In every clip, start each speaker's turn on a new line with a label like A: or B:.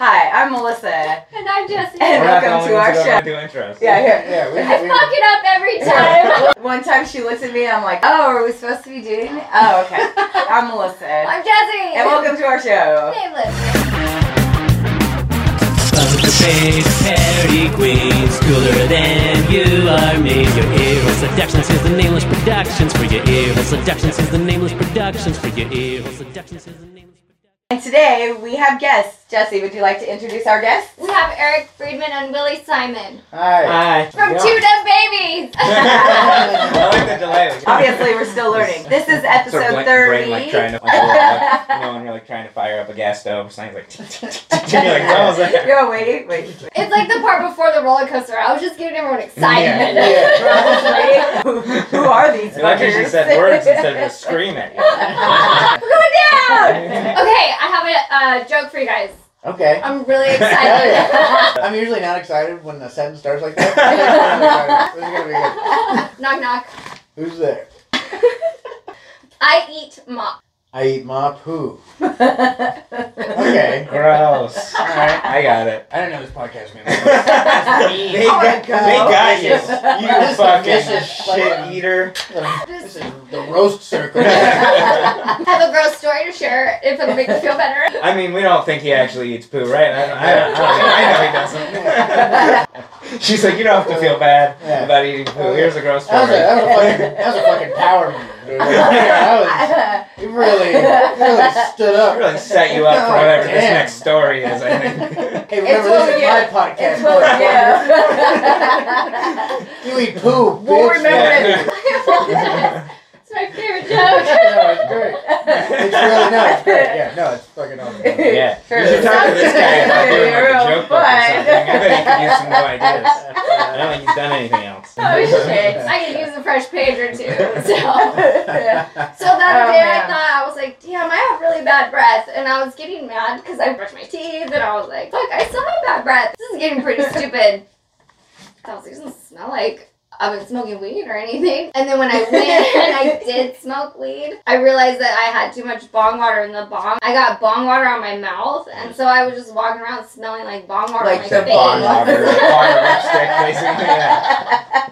A: I'm Melissa.
B: Oh, And I'm Jesse.
A: And
B: I
A: welcome to our show.
C: Do intros.
A: Yeah, here.
D: Yeah, we,
B: fuck
D: we,
B: it up every time.
A: One time she looked at me and I'm like, oh, are we supposed to be doing it? Oh, okay. I'm Melissa.
B: I'm Jesse.
A: And welcome to our show.
B: Hey, listen.
E: Bunker face, Harry Queens, cooler than you are me. Your evil seductions is the nameless productions for your evil seductions is the nameless productions for your evil seductions is the nameless productions.
A: And today we have guests. Jesse, would you like to introduce our guests?
B: We have Eric Friedman and Willie Simon
D: hi.
C: Hi.
B: from
D: Yeah.
B: Two Dumb Babies.
C: I like the delay.
A: Obviously, we're still learning. This is
C: Sort of
A: episode
C: blank-
A: 30.
C: brain, like trying to, like, roll up. you know, when you're like trying to fire up a gas stove, so like, you're like, that was like,
A: You're waiting. Wait. wait.
B: it's like the part before the roller coaster. I was just giving everyone
C: Yeah,
B: excitement.
D: yeah.
A: Who who are these
C: you like how she
A: fuckers?
C: said words instead of just screaming. at you.
B: We're going down. Okay, I have a uh, joke for you guys.
D: Okay.
B: I'm really
D: Hell
B: excited.
D: yeah. I'm usually not excited when a sentence starts like that. I'm excited. This is gonna be good.
B: knock knock.
D: Who's there?
B: I eat mop.
D: I eat my poo. Okay.
C: Gross.
D: All right.
C: I got it.
D: I don't know this podcast man.
C: they,
D: Oh my
C: got, they
D: God.
C: got you,
D: Vicious.
C: you
D: Vicious,
C: fucking
D: vicious,
C: shit
D: like-
C: eater.
D: this is the roast circle.
B: I have a gross story to share if it'll make you feel better.
C: I mean, we don't think he actually eats poo, right? I, don't, I, don't, I, don't, I know he doesn't. She's like, you don't have to feel bad
D: Yeah.
C: about eating poo. Here's a gross
D: That was, a,
C: story.
D: that, was a fucking, that was a fucking power move. dude. That was, you really, really stood
C: I
D: up.
C: really set you up for whatever this
D: Damn.
C: next story is, I think.
D: Hey, remember,
A: what
D: this
A: we
D: is my
A: do.
D: podcast.
A: It's what we
D: motherfucker.
A: do.
D: you eat poo, bitch.
A: We'll remember
C: Yeah.
B: I apologize. It's my favorite joke.
D: no, it's great. It's really no, it's great. Yeah, no, it's fucking awesome.
C: Yeah.
A: True.
C: You should talk to this guy about doing like
A: Real
C: a joke book or
A: fun.
C: something. I bet he could use some new ideas. I don't think he's done anything else.
B: Oh shit!
D: Yeah.
B: I could use a fresh page or two. So, so the other
A: Oh,
B: day I
A: man.
B: thought I was like, damn, I have really bad breath, and I was getting mad because I brushed my teeth, and I was like, fuck, I still have bad breath. This is getting pretty stupid. I was like, it doesn't smell like I've been smoking weed or anything. And then when I went and I did smoke weed, I realized that I had too much bong water in the bong. I got bong water on my mouth, and so I was just walking around smelling like bong water
A: Like
B: on my
A: the
B: face.
C: Bong water, water lipstick, basically. Yeah.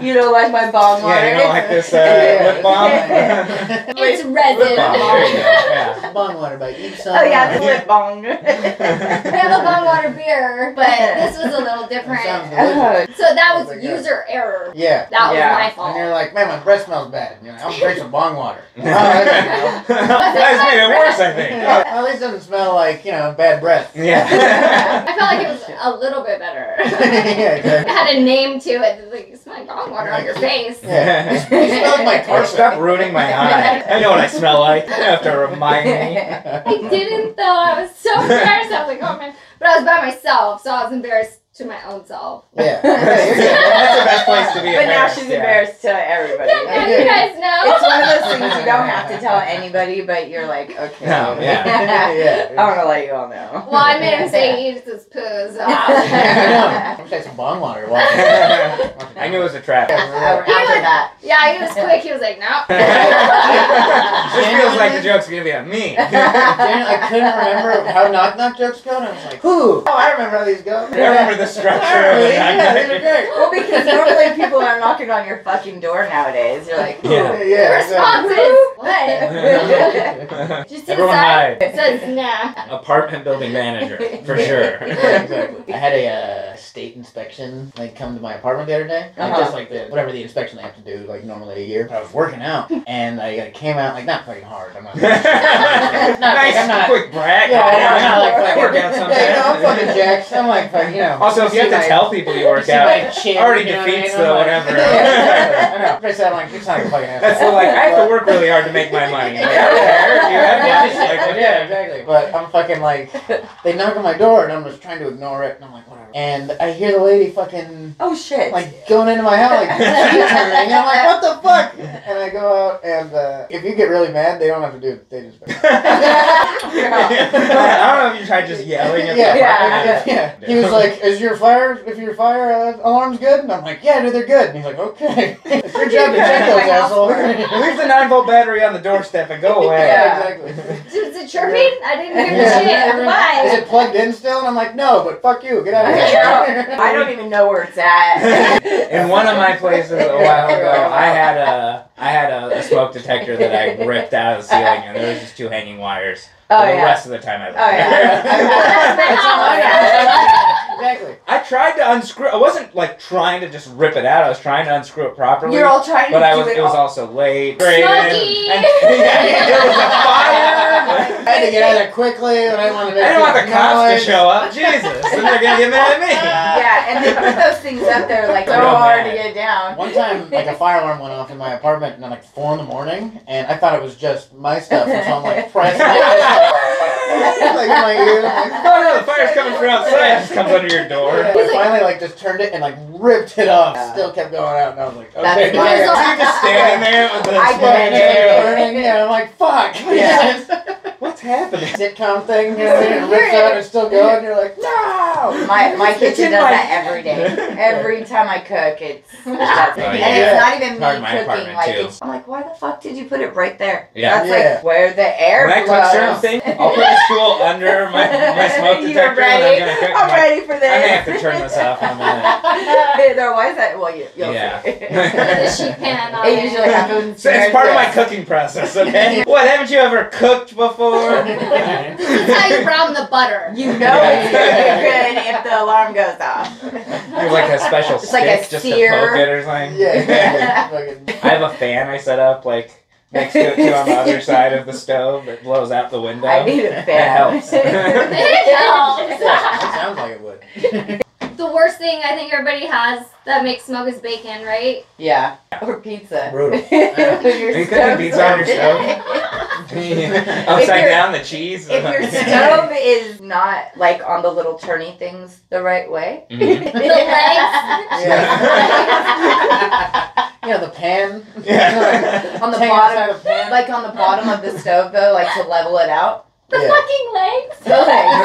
A: You don't like my bomb water.
C: Yeah, you don't like this uh,
D: Yeah.
C: lip balm?
D: Yeah.
B: It's
C: lip balm, there you
B: resin.
C: go. Yeah.
D: Bong water by each
A: Oh
D: side.
A: yeah, the lip bong.
B: We have a bong water beer, but this was a little
D: That
B: different.
D: sounds delicious.
B: So that was
D: Oh my God.
B: user error.
D: Yeah.
B: That
A: Yeah.
B: was my
D: And you're
B: fault.
D: like, man, my breath smells bad. You know, I'll drink some bong water. Oh, that's-
C: That's made it worse, I think.
D: At least it doesn't smell like, you know, bad breath.
C: Yeah.
B: I felt like it was a little bit better.
D: Yeah,
B: it
D: exactly.
B: had a name to it. It's Like, it's my bong water on your face.
D: Yeah. You smell like my
C: Or
D: car.
C: stop ruining my eye. I know what I smell like. You don't have to remind me.
B: I didn't though. I was so embarrassed. I was like, oh man. But I was by myself, so I was embarrassed to my own self.
C: That's
D: Yeah.
C: the best place to be.
A: But now she's
C: yeah.
A: embarrassed to everybody.
B: Yeah, now you guys
A: It's one of
B: know.
A: those things you don't have to tell anybody, but you're like, okay.
C: No, yeah.
A: I'm gonna let you all know.
B: Well, I made him say he eats his poo, so
D: I know. I'm taking some bong water.
C: I knew it was a trap.
D: Yeah.
A: After that.
B: yeah, he was quick. He was like, no.
C: this feels like the joke's gonna be on me.
D: Jan- I couldn't remember how knock knock jokes go, and I was like, who? Oh, I remember how these go.
C: I remember the structure of it.
D: Yeah, these are great.
A: Well, because normally people are knocking on your fucking door nowadays. You're like,
C: Yeah.
B: The
D: Yeah, exactly.
B: response is, what? Just
C: Everyone
B: inside.
C: hide.
B: It says, nah.
C: Apartment building manager, for sure.
D: Yeah, exactly. I had a uh, state inspection like come to my apartment the other day, like,
A: Uh-huh.
D: just like the whatever the inspection they have to do, like normally a year. I was working out, and I like, came out like not fucking hard. I'm not.
C: nice
D: I'm not-
C: quick brag.
D: Yeah, I know. I'm not like
C: I work out
D: fucking. Yeah, you know, I'm
C: sometimes.
D: fucking jacked. I'm like, fucking, you know.
C: Also, if you have
D: see
C: to
D: my-
C: tell people you work
D: see my
C: out,
D: chin,
C: already
D: you know what I mean?
C: defeats
D: I'm
C: the
D: like-
C: whatever.
D: Yeah, I know. But I said, I'm like, it's not like a fucking.
C: that's the, like I have to work really hard to make my money. Like, I don't care if you have money. Like, what-
D: yeah, exactly. But I'm fucking like, they knock on my door and I'm just trying to ignore it and I'm like, whatever. And I hear the lady fucking
A: oh shit.
D: like going into my house, like, and I'm like, what the fuck? And I go out and uh, if you get really mad, they don't have to do it. They just.
C: I don't know if you tried just yelling at
D: Yeah,
C: the
A: Yeah.
D: yeah, He was like, "Is your fire? If your fire uh, alarm's good?" And I'm like, "Yeah, dude, they're good." And he's like, "Okay, it's your job to check those,
A: My
D: asshole."
A: housework.
C: Leave the 9 volt battery on the doorstep and go away.
A: Yeah.
D: exactly.
B: Dude, is it chirping? I didn't hear
D: Yeah.
B: shit.
D: Is
B: Why?
D: it plugged in still? And I'm like, "No, but fuck you, get out of here."
A: I don't even know where it's at.
C: In one of my places a while ago, I had a I had a, a smoke detector that I ripped out of the ceiling, and there was just two hanging wires.
A: Oh
C: for the
A: yeah.
C: rest of the time I lived
A: Oh, yeah.
D: exactly.
C: I tried to unscrew. I wasn't like trying to just rip it out. I was trying to unscrew it properly.
A: You're all trying to
C: but I
A: do
C: was.
A: it,
C: It was
A: all.
C: also late.
B: Snuggie!
C: And, yeah, there was a fire.
D: I had to get out of there quickly, and I wanted to make
C: I didn't want the
D: good
C: cops
D: noise.
C: to show up. Jesus, then they're gonna get mad at me.
A: Yeah, and they put those things up there like so
C: Real
A: hard to
C: bad.
A: get down.
D: One time, like a fire alarm went off in my apartment, and I'm like four in the morning, and I thought it was just my stuff, and so I'm like pressing it, like in my ear, I'm like,
C: Oh no, the fire's coming from outside. It just comes under your door.
D: I finally like just turned it and like ripped it off.
A: Yeah.
D: Still kept going out, and I was like,
A: That's
D: okay.
A: my-
D: yeah.
C: You're just standing there with the
A: I
C: smoke
A: did it.
D: Burning,
C: detector.
D: burning, you know, I'm like, fuck.
A: Yeah.
C: What's happening?
D: Sitcom thing, you know, what I mean? it rips out and still going. You're like, no.
A: My my
C: It's
A: kitchen
C: in
A: does
C: my-
A: that every day. Every time I cook, it's that's it.
C: Oh,
A: and
C: yeah.
A: it's not even
C: Part of
A: me
C: my
A: cooking.
C: apartment,
A: Like
C: too.
A: it's, I'm like, why the fuck did you put it right there?
C: Yeah.
A: that's
D: Yeah.
A: like where the air
C: When I
A: blows.
C: cook certain things, I'll put a stool under my, my smoke
A: You're
C: detector
A: ready?
C: and I'm gonna cook.
A: I'm
C: like,
A: ready for this.
C: I may have to turn this off in a minute.
A: Otherwise, I, well, you, you'll
C: Yeah.
A: see.
B: With a
A: it
B: sheet pan on it.
A: usually happens.
C: So it's part of my
A: right
C: cooking process, okay? What, haven't you ever cooked before?
B: That's how you brown the butter.
A: there. You know it's gonna be good if the alarm goes off.
C: There's like a special
A: It's
C: stick
A: like a
C: just
A: sear.
C: to poke it or something.
D: Yeah, exactly. Fucking-
C: I have a fan I set up like next to it too on the other side of the stove that blows out the window.
A: I need a
C: that
A: fan.
C: helps.
B: It
D: Yeah, it
B: helps.
D: sounds like it would.
B: the worst thing I think everybody has that makes smoke is bacon, right?
A: yeah, or pizza.
D: Brutal.
A: When your
C: You cooking
A: stove's
C: pizza on your
A: on.
C: Upside down the cheese.
A: If your stove is not like on the little turny things the right way,
B: The
C: Mhm.
B: legs.
D: Yeah. you know, the pan.
C: Yeah.
A: on the
D: Hanging
A: bottom,
D: outside a pan.
A: like on the bottom of the stove though, like to level it out.
B: The
D: Yeah.
B: fucking legs.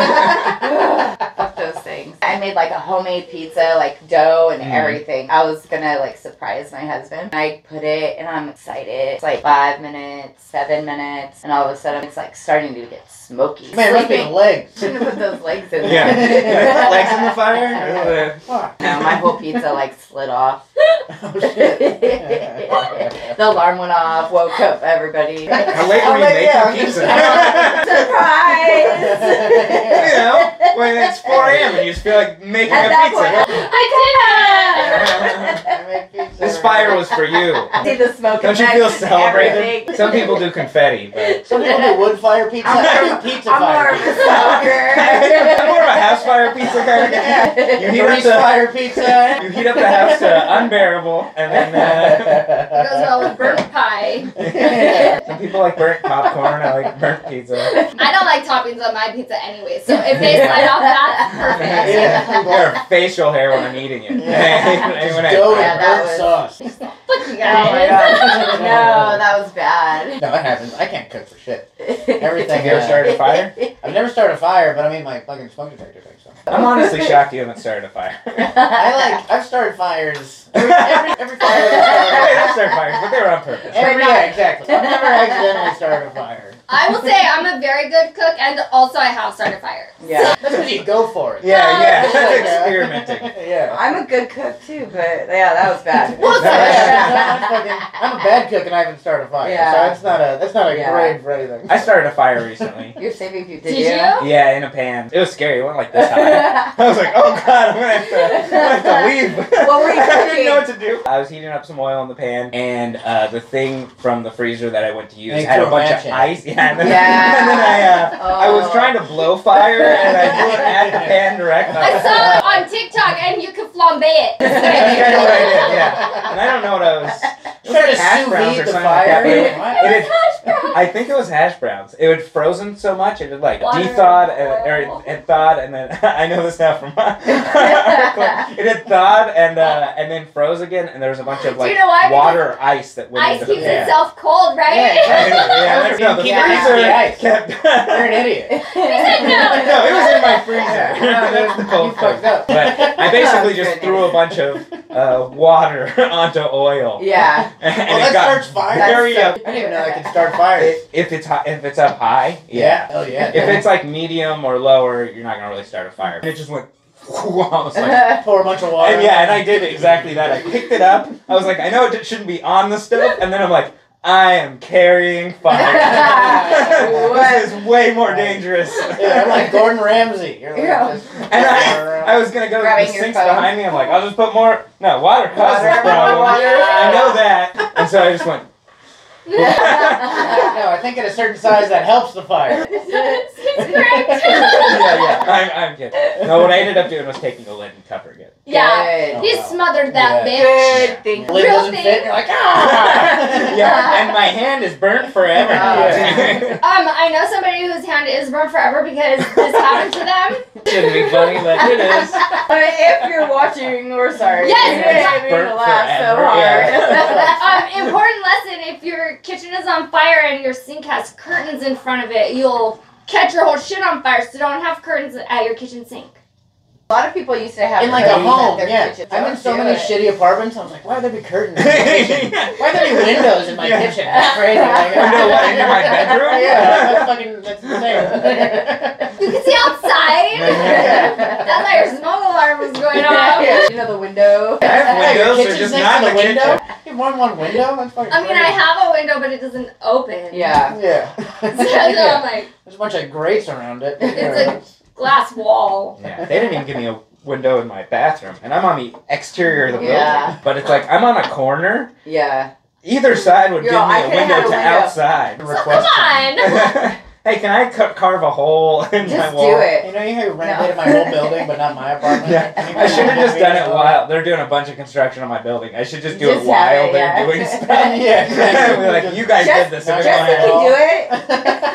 A: Those things. Fuck those things. I made like a homemade pizza, like dough and
C: Mhm.
A: everything. I was gonna like surprise my husband. I put it and I'm excited. It's like five minutes, seven minutes, and all of a sudden it's like starting to get smoky.
D: Man, it must be
A: Sleeping-
D: legs.
A: Shouldn't have put those legs in
C: Yeah.
D: Yeah.
C: Legs in the fire?
D: Fuck.
A: No, my whole pizza like slid off.
D: Oh,
A: the alarm went off, woke up everybody.
C: How late were
D: I'm
C: you
D: like,
C: making
D: yeah, I'm
C: pizza?
D: just-
A: Surprise!
C: you know, when it's 4 a.m. and you just feel like making
A: At
C: a
A: that
C: pizza.
B: I
D: I make pizza.
C: This fire was for you.
A: See the smoke.
C: Don't you
A: effects
C: feel
A: and
C: celebrated?
A: everything.
C: Some people do confetti, but.
D: Some people do wood fire pizza.
A: I'm
D: I
A: more-
D: do pizza
A: I'm more
D: fire.
A: of a
D: pizza.
C: I'm more of a house fire pizza kind of guy.
A: smoker.
C: You heat up
D: Grease
C: the,
D: fire pizza.
C: you heat up the house to unbearable, and uh, then
B: did. It goes well with burnt pie.
D: yeah.
C: uh, some people like burnt popcorn. I like burnt pizza.
B: I don't like toppings on my pizza anyway, so if they slide off, that's perfect.
C: Or facial hair when I'm eating it.
D: Just
C: When I-
D: dough
A: Yeah,
D: and
A: that
D: burnt
A: was-
D: sauce.
B: Fuck you
A: Oh my
B: guys.
A: god. No, that was bad.
D: No, it happens. I can't cook for shit.
C: Have
D: Everything.
C: you ever
D: uh,
C: started a fire?
D: I've never started a fire, but I mean my fucking smoke detector thing. So.
C: I'm honestly shocked you haven't started a fire.
D: I like. I've started fires. Every, every, every fire. I've
C: I
D: started-
C: started fires, but they were on purpose.
D: Every, yeah, exactly. I've never accidentally started a fire.
B: I will say I'm a very good cook, and also I have started fire.
A: Yeah.
D: That's what you go for. It.
C: Yeah, yeah,
D: Yeah.
C: that's experimenting.
D: yeah.
A: I'm a good cook too, but yeah, that was bad.
B: Well, so-
D: Yeah, I'm, fucking- I'm a bad cook and I haven't started a fire,
A: Yeah.
D: so that's not a that's not a
A: Yeah.
D: grade for anything.
C: I started a fire recently.
A: You're saving people.
B: Did you?
C: Yeah, in a pan. It was scary. It went like this high. I was like, oh god, I'm gonna have to, I'm gonna have to leave.
A: What were you
C: I didn't
A: cooking?
C: know what to do. I was heating up some oil in the pan, and uh, the thing from the freezer that I went to use
D: They
C: had a
D: threw a
C: bunch
D: match
C: of
D: in.
C: ice. Yeah, and then,
A: Yeah.
C: and then I, uh, I was
A: Oh.
C: trying to blow fire, and I blew it at the pan direct.
B: I saw it on TikTok, and you can flambe it.
C: Yeah, right, yeah. And I don't know what I was.
D: Trying to
C: hash
D: sous
C: browns or
D: vide the
C: something like that,
D: fire.
C: but it-
D: What?
C: It had,
B: browns?
C: I think it was hash browns. It had frozen so much it had like
B: Water and
C: de-thawed and,
B: oil.
C: or it, it thawed and then I know this now from my it had thawed and uh, and then froze again and there was a bunch of
B: Do you
C: like
B: know why?
C: water or ice that went
B: Ice
C: into the
B: keeps
D: Yeah.
C: pan.
B: itself cold, right?
D: Yeah,
C: yeah, yeah, no, the
A: Keep it
C: freezer
D: ice.
C: kept.
D: You're an idiot.
C: no, it was in my freezer.
D: Yeah.
C: That's the
D: you
C: cold part.
D: fucked up.
C: But I basically
A: That's
C: just
A: goodness.
C: threw a bunch of uh, water onto oil.
A: yeah.
C: And
D: well, that
C: it got
D: starts fire.
A: That's
C: very uh,
A: so-
C: up.
D: I didn't even know I could start fires.
C: If it's high, if it's up high,
D: Yeah. Hell yeah.
C: If it's like medium or lower, you're not gonna really start a fire. And it just went. I was like,
D: pour a bunch of water.
C: and yeah, and I did exactly that. I picked it up. I was like, I know it shouldn't be on the stove, and then I'm like, I am carrying fire. this is way more dangerous.
D: Yeah, I'm like Gordon Ramsay. You're like,
A: Yeah.
D: just-
C: And I was gonna go
A: Grabbing
C: the
A: your
C: sinks
A: phone.
C: behind me. I'm like, I'll just put more. No, water causes
A: Water,
C: problem.
A: water.
C: I know that, and so I just went.
D: no, I think at a certain size that helps the fire.
B: Seems correct.
C: Yeah, yeah. I'm, I'm kidding. No, what I ended up doing was taking a lid and covering it.
B: Yeah.
A: Good.
B: He smothered that
D: Yeah.
B: bitch.
A: Good thing.
D: Lid
B: Real
D: doesn't
B: thing.
D: fit. You're like, ah.
C: yeah, and my hand is burnt forever.
D: Oh,
A: Yeah.
B: Um, I know somebody whose hand is burnt forever because this happened to them.
C: Shouldn't be funny, but it is.
A: if you're watching, we're sorry.
B: Yes,
A: you didn't mean to
C: burnt
A: laugh so
C: forever, yeah.
A: hard.
B: Um, important lesson: if your kitchen is on fire and your sink has curtains in front of it, you'll catch your whole shit on fire. So don't have curtains at your kitchen sink.
A: a lot of people used to have
D: In like a
A: curtains at
D: home,
A: their
D: yeah.
A: kitchen.
D: I'm in
A: Don't
D: so
A: do
D: many
A: it.
D: shitty apartments. I was like, why would there be curtains? in my kitchen? Why are there be windows in my
C: Yeah.
D: kitchen? That's crazy. Like,
C: Window, what, in my bedroom?
D: Yeah, that's fucking that's insane.
B: You can see outside. That's why your smoke alarm was going off.
A: You know the window.
C: I have
D: Your
C: windows, they're
D: kitchen's
C: just
D: next
C: not
D: to
C: the window.
D: You want one window? That's fucking
B: I mean, I have a window, but it doesn't open.
A: Yeah.
D: Yeah.
B: So I'm like
D: There's a bunch of grates around it.
B: It's glass wall.
C: Yeah, they didn't even give me a window in my bathroom, and I'm on the exterior of the building.
A: Yeah.
C: But it's like I'm on a corner.
A: Yeah.
C: Either side would
A: Yo,
C: give me
A: I
C: a
A: could've
C: window
A: had a
C: to
A: window.
C: outside.
B: So come on.
C: hey, can I ca- carve a hole in my
A: Just
C: wall?
A: do it.
D: You know, you renovated my whole building, but not my apartment.
C: Yeah.
D: You
C: I should have just done it
D: know.
C: while they're doing a bunch of construction on my building. I should just do
A: Just
C: it while
A: have it,
C: they're
A: yeah.
C: doing stuff.
D: Yeah, exactly.
C: Be like, you guys
A: Just-
C: did this. it's
D: just
C: mine."
A: Jessica can do it.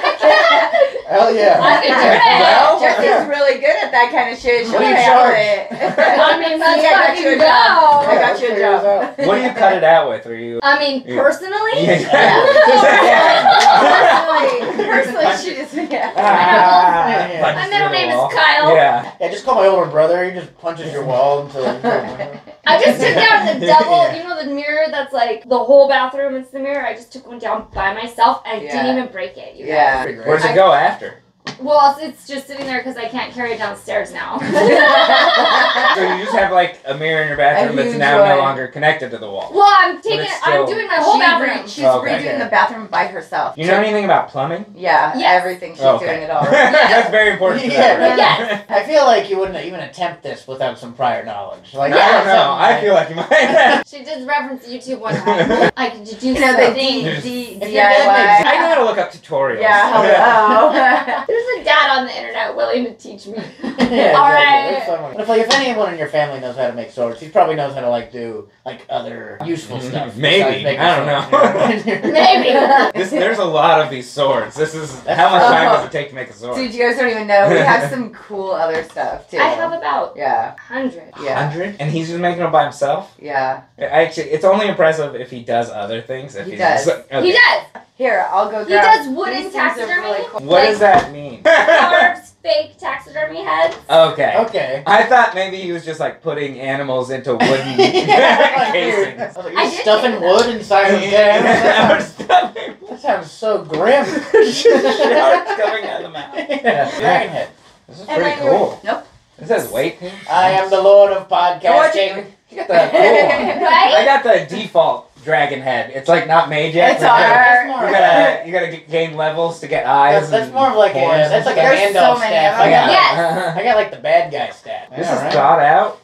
D: Hell yeah.
B: I can do
C: Well,
A: Jessica's really good at that kind of shit. She'll
D: What do you
A: handle
D: charge?
A: it.
B: I mean, let's
A: See, I got you a
B: fucking
A: job. I
B: go.
A: got you a
D: Yeah,
A: job.
C: what do you cut it out with? Are you?
B: I mean,
C: Yeah.
B: personally,
C: Yeah.
A: Oh, Personally, personally, she just yeah.
C: Ah,
D: Yeah.
C: punch
B: my
C: through
B: middle
C: the
B: name
C: wall.
B: is Kyle.
C: Yeah.
D: Yeah, just call my older brother. He just punches your wall until.
B: I just took down the double,
C: Yeah.
B: you know, the mirror that's like the whole bathroom. It's the mirror. I just took one down by myself. I
A: Yeah.
B: didn't even break it.
D: Ah.
B: You guys.
A: Yeah.
C: Where's it go after?
B: Well, it's just sitting there because I can't carry it downstairs now.
C: So you just have like a mirror in your bathroom
A: A
C: that's
A: huge
C: now
A: one.
C: no longer connected to the wall.
B: well, I'm taking.
C: it's
B: I'm
C: still-
B: doing my whole
A: She re-
B: bathroom.
A: she's
C: Oh, Okay.
A: redoing the bathroom by herself.
C: You know anything about plumbing?
A: Yeah,
B: Yes.
A: everything she's
C: Oh, okay.
A: doing it all.
C: that's very important. to
D: Yeah.
C: that, right?
B: Yes.
D: I feel like you wouldn't even attempt this without some prior knowledge. Like
C: I don't know. I feel like you might.
B: She did reference YouTube one time. I could do
A: You know the
B: something.
A: D, D,
D: If you're dead,
C: I know
A: DIY.
C: how to look up tutorials.
A: Yeah, hello.
B: There's a dad on the internet willing to teach me.
D: yeah,
B: All
D: exactly.
B: right.
D: It's someone- But if, like, if anyone in your family knows how to make swords, he probably knows how to like do like other useful
C: Mhm.
D: stuff.
C: Maybe.
D: besides making
C: I don't
D: swords, you know?
B: Maybe.
C: This, there's a lot of these swords. This is how much time does it take to make a sword?
A: Dude, you guys don't even know. We have some cool other stuff too.
B: I have about
A: Yeah,
B: 100.
A: yeah,
C: Hundred, and he's just making them by himself.
A: yeah.
C: I Actually, it's only impressive if he does other things. If
A: He
C: he's
A: does.
C: Just, okay.
B: He does.
A: Here, I'll go. Grab.
B: He does wooden
A: These things are
B: taxidermy.
A: really cool.
C: What does that mean?
B: Carves fake taxidermy heads.
C: okay.
D: okay.
C: I thought maybe he was just like putting animals into wooden
D: Yeah, I
C: casings.
D: was like,
B: I
D: You're
B: did
D: stuffing
B: think
D: wood inside of dead animals?
C: I
D: That
C: was stuffing
D: sounds, that sounds so grim.
C: sharks coming out of the mouth.
D: yeah, dragon head.
C: This is
A: Am I
C: pretty
A: your-
C: cool.
A: Nope.
C: It says weight. things.
D: I am the lord of
A: Georgie.
D: podcasting.
C: You got the cool one. I
B: Right?
C: got the default dragon head. It's like not made yet.
A: It's
C: but you gotta-
A: our.
C: You gotta you gotta g- gain levels to get eyes.
D: That's, that's
C: and
D: more of like a
C: horns and
D: that's like a
C: stuff.
A: There's so
D: handoff
A: many
D: stat.
A: of them.
D: I got,
B: Yeah.
D: I got like the bad guy stat.
C: This
D: Yeah,
C: is
D: right?
C: thought out.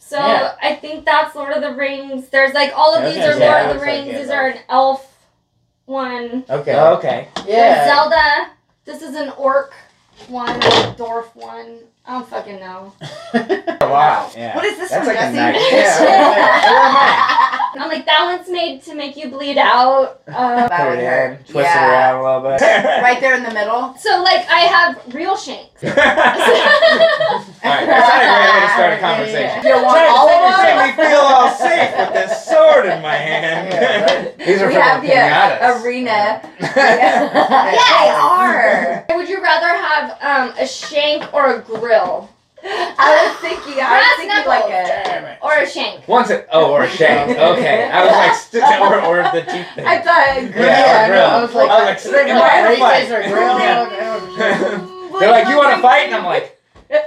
B: So
D: Yeah.
B: I think that's Lord of the Rings. There's like all of
D: Yeah,
B: these
D: okay,
B: are Lord
C: yeah,
B: of
D: looks
B: the
D: like
B: Rings.
D: it,
B: these
D: though.
B: are an elf one.
D: Okay.
C: Oh, Okay.
B: There's
D: Yeah.
B: Zelda. This is an orc one. A dwarf one. I don't fucking know.
C: Oh, Wow. Yeah.
A: What is this
C: That's
A: one,
C: like
A: Jesse?
C: a knife.
D: Yeah, right there.
C: Where am I?
B: And I'm like, that one's made to make you bleed out. Uh,
A: That
C: Put
A: would
C: it in,
A: hurt.
C: twist it
A: Yeah.
C: around a little bit.
A: Right there in the middle.
B: so like, I have real shanks.
C: Alright, that's not a great way to start a conversation.
A: You don't want
C: Trying to
A: all of
C: make
A: them?
C: me feel all safe with this sword in my hand.
D: Yeah, right.
C: These
A: we have the uh,
C: pinatas.
A: arena.
D: Yeah.
A: they are.
B: Would you rather have um, a shank or a grill?
A: I was thinking, I was
B: Brass
A: thinking like a.
B: knuckles.
D: Damn it.
B: Or a shank?
C: Once it, oh, or a shank. Okay, I was like, st- or, or the teeth thing.
A: I thought a grill.
C: Yeah,
D: I know, I was like,
C: I was like,
D: is it
C: am I in a
D: racist
C: fight?
D: or grill?
C: Yeah. They're
B: They're
C: like, you want to fight? And I'm like, and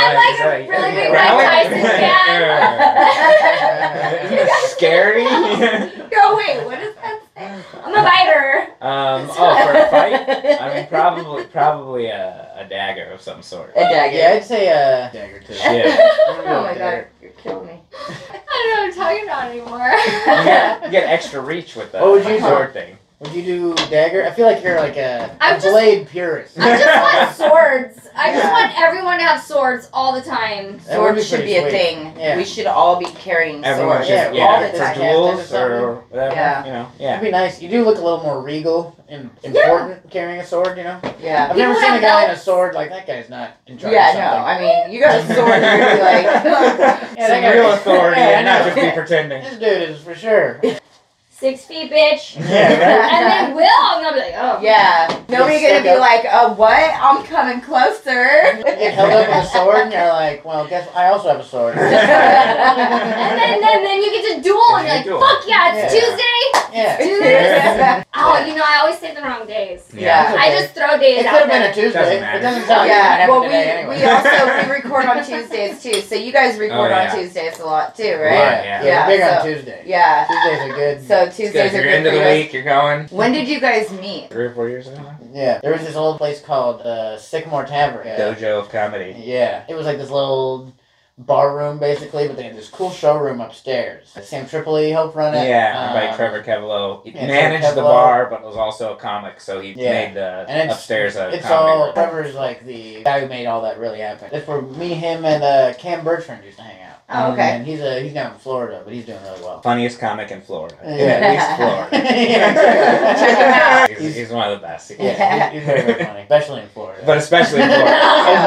B: I'm like
C: it's
B: a really
D: big
C: growling.
D: Mike Tyson
C: Isn't that scary?
B: Yo, wait, what is that? Say? I'm a biter.
C: um, oh, for a fight? I mean, probably, probably a, a dagger of some sort.
A: A dagger.
D: Yeah, I'd say uh, dagger too.
C: Shit.
A: Oh my god, you're killing me.
B: I don't know what I'm talking about anymore.
C: You get, you get extra reach with the
D: What would you do?
C: sword thing.
D: Would you do dagger? I feel like you're like a,
B: I'm
D: a
B: just-
D: blade purist.
B: I just want swords. I just
A: Yeah.
B: want everyone to have swords all the time.
D: That would be
A: Swords should
D: pretty
A: be a
D: sweet.
A: thing.
D: Yeah.
A: We should all be carrying
C: Everyone
A: swords
C: should,
D: Yeah,
C: yeah,
A: all
D: yeah,
A: the
C: for
A: time.
D: dual-
C: duels or whatever,
A: Yeah.
C: you know,
D: It'd
C: yeah.
D: be nice. You do look a little more regal and important carrying a sword, you know?
A: Yeah.
D: I've never
B: People
D: seen a
B: have
D: guy
B: that-
D: in a sword like that guy's not in charge
A: Yeah,
D: of something.
A: no. I mean, you got a sword, you're gonna be like,
D: Yeah,
C: Some
D: that guy-
C: real authority
D: Yeah, I
C: and not
D: know.
C: just be pretending.
D: This dude is for sure.
B: Six feet, bitch.
D: Yeah,
B: And then Will, I'm gonna be like, oh.
A: yeah. Nobody's gonna
D: Just
A: be
D: stuck up.
A: like, uh, what? I'm coming closer.
D: You get held up with a sword and you're like, well, guess I also have a sword.
B: And then, then, then you get to duel, and
C: Yeah,
B: you're like,
C: you duel.
B: fuck yeah, it's
D: Yeah.
B: Tuesday.
D: yeah.
A: yeah.
B: Oh, you know, I always say the wrong days.
A: Yeah.
D: Okay.
B: I just throw days
D: It could
B: out
D: have been
B: there.
D: a Tuesday.
C: Doesn't matter.
D: It doesn't sound like it
A: Well,
D: happened
A: we,
D: today anyway.
A: we also we record on Tuesdays too, so you guys record
C: Oh, yeah.
A: on Tuesdays a lot too, right?
C: Right.
D: Yeah,
A: Yeah,
D: we're big on
A: so-
D: Tuesday.
A: Yeah.
D: Tuesdays are good.
A: So
C: It's good.
A: Tuesdays are
C: You're
A: good
C: into
A: for
C: the
A: you guys.
C: week, you're going.
A: When did you guys meet?
C: Three or four years ago now?
D: yeah, there was this old place called uh, Sycamore Tavern. Yeah.
C: Dojo of comedy.
D: Yeah, it was like this little bar room basically, but they had this cool showroom upstairs. Sam Tripoli helped run it.
C: Yeah, by
D: um,
C: Trevor Kevlow. He
D: yeah, Trevor
C: managed the
D: Kevlow.
C: bar, but was also a comic, so he
D: Yeah.
C: made the
D: And it's-
C: upstairs a
D: It's
C: comedy
D: all
C: room.
D: Trevor's like the guy who made all that really happen. That's where me, him, and uh, Cam Bertrand used to hang out.
A: Oh, okay.
D: And he's uh, he's down in Florida, but he's doing really well.
C: Funniest comic in Florida.
D: Yeah.
C: In at least Florida.
A: Check him
D: yeah,
A: out.
C: He's, he's one of the best.
D: yeah, he's, he's very, very funny, especially in Florida.
C: But especially Florida.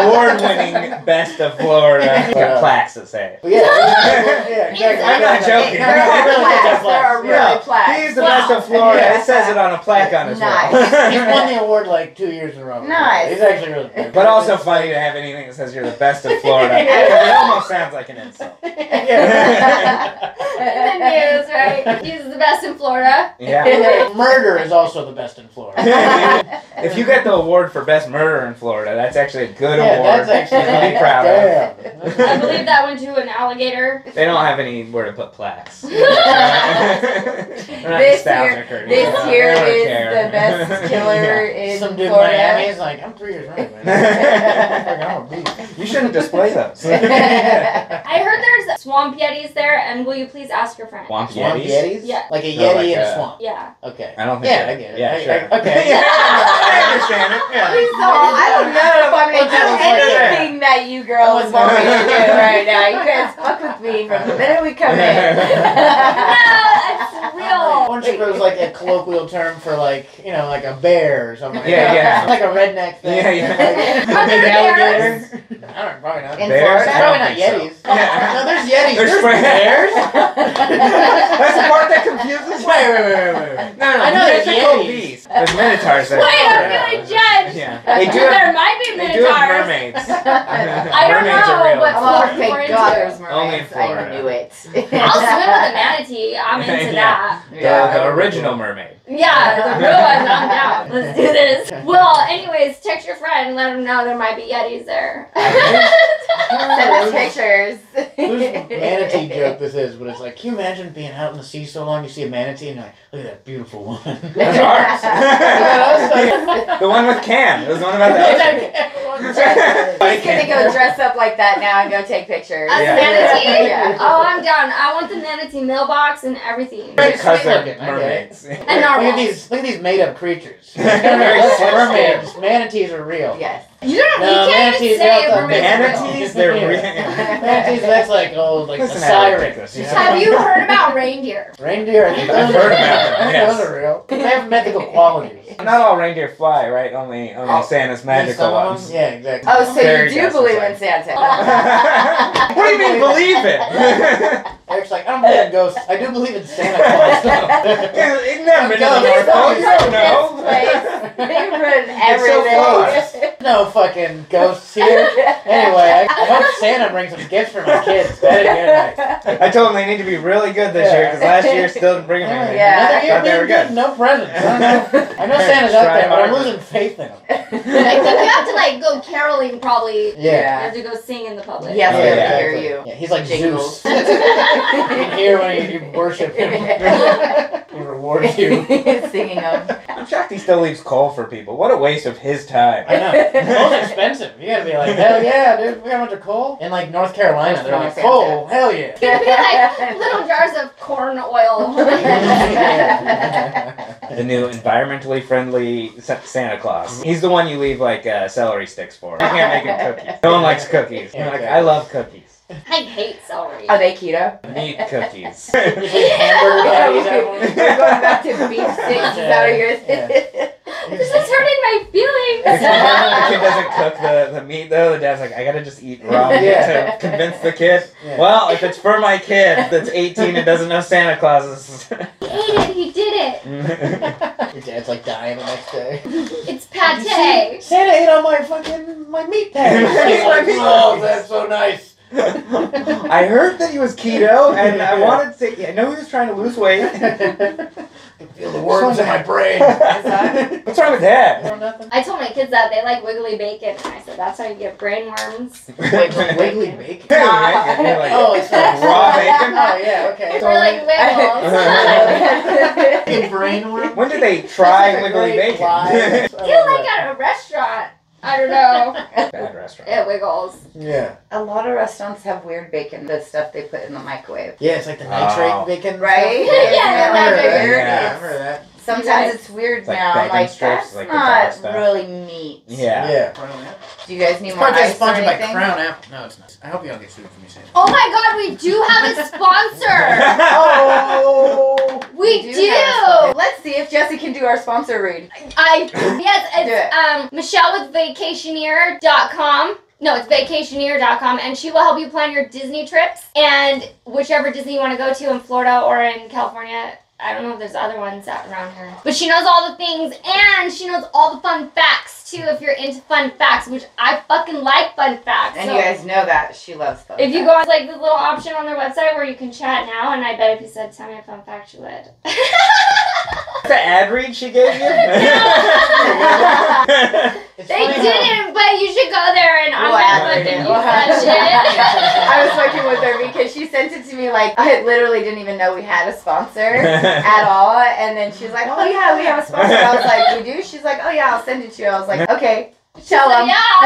C: Award winning best of Florida. Got plaques that say it.
D: But yeah, yeah, exactly.
C: I'm not joking.
A: There are
D: Really
A: plaques.
D: good
A: There are
D: plaques.
A: really
C: Yeah.
A: plaques.
C: He's the best of Florida. It says it on a plaque on his
A: Nice.
C: wall.
D: He's won the award like two years in a row.
A: Nice.
D: He's actually really good.
C: But also funny to have anything that says you're the best of Florida. 'Cause it almost sounds like an insult.
D: Yeah.
B: The news, right? He's the best in Florida.
C: Yeah.
D: Murder is also the best in Florida.
C: If you get the award for best murder in Florida, that's actually a good
D: yeah,
C: award.
D: that's actually
C: You can be
D: like,
C: proud of.
D: damn.
B: I believe that went to an alligator.
C: They don't have anywhere to put plaques. They're not
A: This
C: nostalgic or anything.
A: This
D: Yeah,
A: here
C: They don't
A: is
C: care.
A: the best killer in
D: Some dude in Miami
A: Florida.
D: is like, I'm three years old. man. I'm a beast.
C: You shouldn't display those.
B: I heard there's swamp yetis there, and will you please ask your friend?
C: Womp
D: Swamp
C: Yetis?
D: yetis?
B: Yeah.
D: Like a yeti
C: No, like
D: in a
C: a-
D: swamp.
B: Yeah.
D: Okay.
C: I don't think
D: Yeah,
C: they-
D: I get it.
C: Yeah,
D: I-
C: sure.
D: I- okay.
C: Yeah, I understand it. Yeah.
A: Please don't- I don't know if I'm
D: What's
A: gonna do
D: up with that?
A: anything that you girls want me to do right now. You guys fuck with me from the minute we come
B: No,
A: in.
B: it's real.
D: Orange Grove is like a colloquial term for like, you know, like a bear or something. like
C: Yeah,
D: that.
C: yeah.
D: Like a redneck thing.
C: Yeah, yeah.
D: Like,
B: Are there
D: big
B: bears?
D: alligator. I don't probably not.
A: In
C: Bears?
A: Florida?
C: I don't
D: Probably not
C: think
D: yetis.
C: so. Yeah.
D: No, there's yetis.
C: There's
D: There's,
C: spread-
D: bears.
C: That's the part that confuses me.
D: Wait, wait, wait, wait, wait.
C: No, no,
D: I know
C: you
D: there's
C: can't call
D: yetis.
C: these. There's minotaurs.
B: Wait, I'm
C: that- yeah.
B: feeling judged.
C: Yeah. They do have,
B: there might be
C: they do have
B: minotaurs.
C: mermaids.
B: I don't
C: mermaids
B: know,
C: are real.
B: but-
A: Oh,
B: Florida.
A: thank God there's
C: Only in
A: mermaids.
C: Florida.
A: I knew it.
B: I'll swim with a manatee. I'm into
C: Yeah.
B: that.
C: the,
A: Yeah.
C: the original mermaid.
B: Yeah, the real ones. I'm down. Let's do this. Well, anyways, text your friend and let him know there might be yetis there.
A: Send us pictures.
D: Whose manatee joke this is, but it's like, can you imagine being out in the sea so long, you see a manatee, and you're like, look at that beautiful woman.
C: That's ours. the one with Cam. It was the one about the ocean.
A: He's gonna go dress up like that now and go take pictures.
B: A
C: Yeah.
B: manatee?
A: Yeah.
B: Oh, I'm down. I want the manatee mailbox and everything.
D: Very
C: Because
D: sweet
C: they're
D: looking, I get it.
C: mermaids.
B: And
D: Look at
B: narwhals.
D: these, look at these made-up creatures.
C: Very
D: That's
C: sexy.
D: mermaids. Manatees are real.
A: Yes.
B: You don't.
D: No,
B: you can't even
D: manatees
B: say
D: out
B: if
D: there.
B: we're making
C: Manatees, they're real.
D: Manatees that's like oh like
C: Listen,
D: a
C: I don't
D: siren.
C: think this is-
B: Have you heard about reindeer?
D: Reindeer, I think
C: I've
D: those
C: heard
D: are,
C: about them, yes.
D: those are real. They have mythical qualities.
C: Not all reindeer fly, right? Only only
D: Oh,
C: Santa's
D: Some
C: magical
D: of them-
C: ones.
D: Yeah, exactly.
A: Oh, so you
C: Fairy
A: do
C: dust is
A: believe
C: like-
A: in Santa?
C: what do you mean believe it?
D: Eric's like, I don't believe in ghosts. I do believe in Santa Claus. though."
C: Yeah, Isn't that been in
D: Go,
C: the North
A: go,
C: Pole? You don't
A: go,
C: know.
A: They ruin
C: It's
A: everything.
D: no fucking ghosts here. Anyway, I, I hope Santa brings some gifts for my kids. That'd be nice.
C: I told them they need to be really good this year because last year still didn't bring them
D: Anyway,
C: anything.
A: Oh, Yeah.
D: Another year
C: Thought they
D: being
C: were
D: good,
C: good.
D: no presents. I don't know. I know Santa's out there, but I'm losing faith in him.
B: I think you have to like go caroling probably.
D: Yeah.
B: You have to go sing in the public.
A: Yes,
C: Yeah,
A: I
C: yeah,
A: hear
D: exactly.
A: you.
D: Yeah, he's like
A: Jingles.
D: Zeus. you can hear when you, you worship him. he rewards you.
A: Singing them.
C: I'm shocked he still leaves coal for people. What a waste of his time.
D: I know. Coal's expensive. You gotta be like, hell yeah, dude. We got a bunch of coal. In like North Carolina, they're like, coal, hell yeah.
B: It'd be like little jars of corn oil.
C: The new environmentally friendly Sa- Santa Claus. He's the one you leave like uh, celery sticks for. You can't make him cookies. No one likes cookies. I'm like, I love cookies.
B: I hate celery.
A: Are they keto?
C: Meat cookies.
D: Usually hamburger patties
A: We're going
D: out
A: back to beef sticks. Is that what you're
B: This is hurting my
C: The kid,
B: feelings.
C: the kid doesn't cook the, the meat though. The dad's like, I gotta just eat raw meat
D: Yeah.
C: to convince the kid.
D: Yeah.
C: Well, if it's for my kid that's 18 and doesn't know Santa Claus is.
B: he ate it. He did it.
D: Your dad's like dying the next day.
B: It's pate.
D: Santa ate all my fucking my meat patties.
C: Ate my meat
D: oh,
C: patties.
D: that's so nice.
C: I heard that he was keto, and I wanted to. I know he was trying to lose weight.
D: I can feel the worms in my brain.
C: What's wrong with that?
D: No, nothing.
B: I told my kids that they like wiggly bacon. And I said that's how you get brain worms.
A: Wait,
D: Wiggly bacon.
C: Oh,
D: Oh, it's like
C: Raw bacon?
D: Oh, yeah, okay.
B: They're like wiggles.
A: doing?
D: Fucking brain worm.
C: when did they try
D: That's a
C: wiggly
D: great
C: bacon?
D: lie.
B: You know, like at a restaurant. I don't know.
C: Bad restaurant.
B: It wiggles.
D: yeah.
A: A lot of restaurants have weird bacon, the stuff they put in the microwave.
D: Yeah, it's like the nitrate
C: Wow.
D: bacon.
A: Right?
D: stuff.
B: Yeah,
D: I
B: the
D: remember
B: nitrate.
D: that.
C: Yeah.
D: I remember that.
A: Sometimes it's weird
C: It's like
A: now. I'm
C: bacon
A: like,
C: strips,
A: that's
C: like the dog
A: not
C: stuff.
A: really meat.
C: Yeah.
D: Yeah.
A: Do you guys need
D: It's
A: more
D: probably
A: ice
D: just sponsored
A: or
D: by
A: anything?
D: Crown Apple. No, it's not. I hope y'all get sued for me saying
B: Oh my god, we do have a sponsor.
D: Oh!
B: We,
A: We
B: do.
A: have a sponsor. Let's see if Jesse can do our sponsor read.
B: I yes,
A: Do it.
B: it's um Michelle with vacationeer.com. No, it's vacationeer.com and she will help you plan your Disney trips and whichever Disney you want to go to in Florida or in California. I don't know if there's other ones out around here. But she knows all the things and she knows all the fun facts too if you're into fun facts, which I fucking like fun facts.
A: And
B: so-
A: you guys know that she loves fun
B: if you go
A: facts.
B: on like the little option on their website where you can chat now, and I bet if you said tell me a fun fact, you would.
C: The ad read she gave you?
B: they
D: It's funny how-
B: didn't, but you should go there and I'm
A: Wow.
B: not looking you
A: Wow.
B: that shit.
A: I was fucking with her because she sent it to me like I literally didn't even know we had a sponsor at all. And then she's like, Oh yeah, we have a sponsor. I was like, We do? She's like, Oh yeah, I'll send it to you. I was like, Okay, tell
B: So,
A: them.
B: yeah.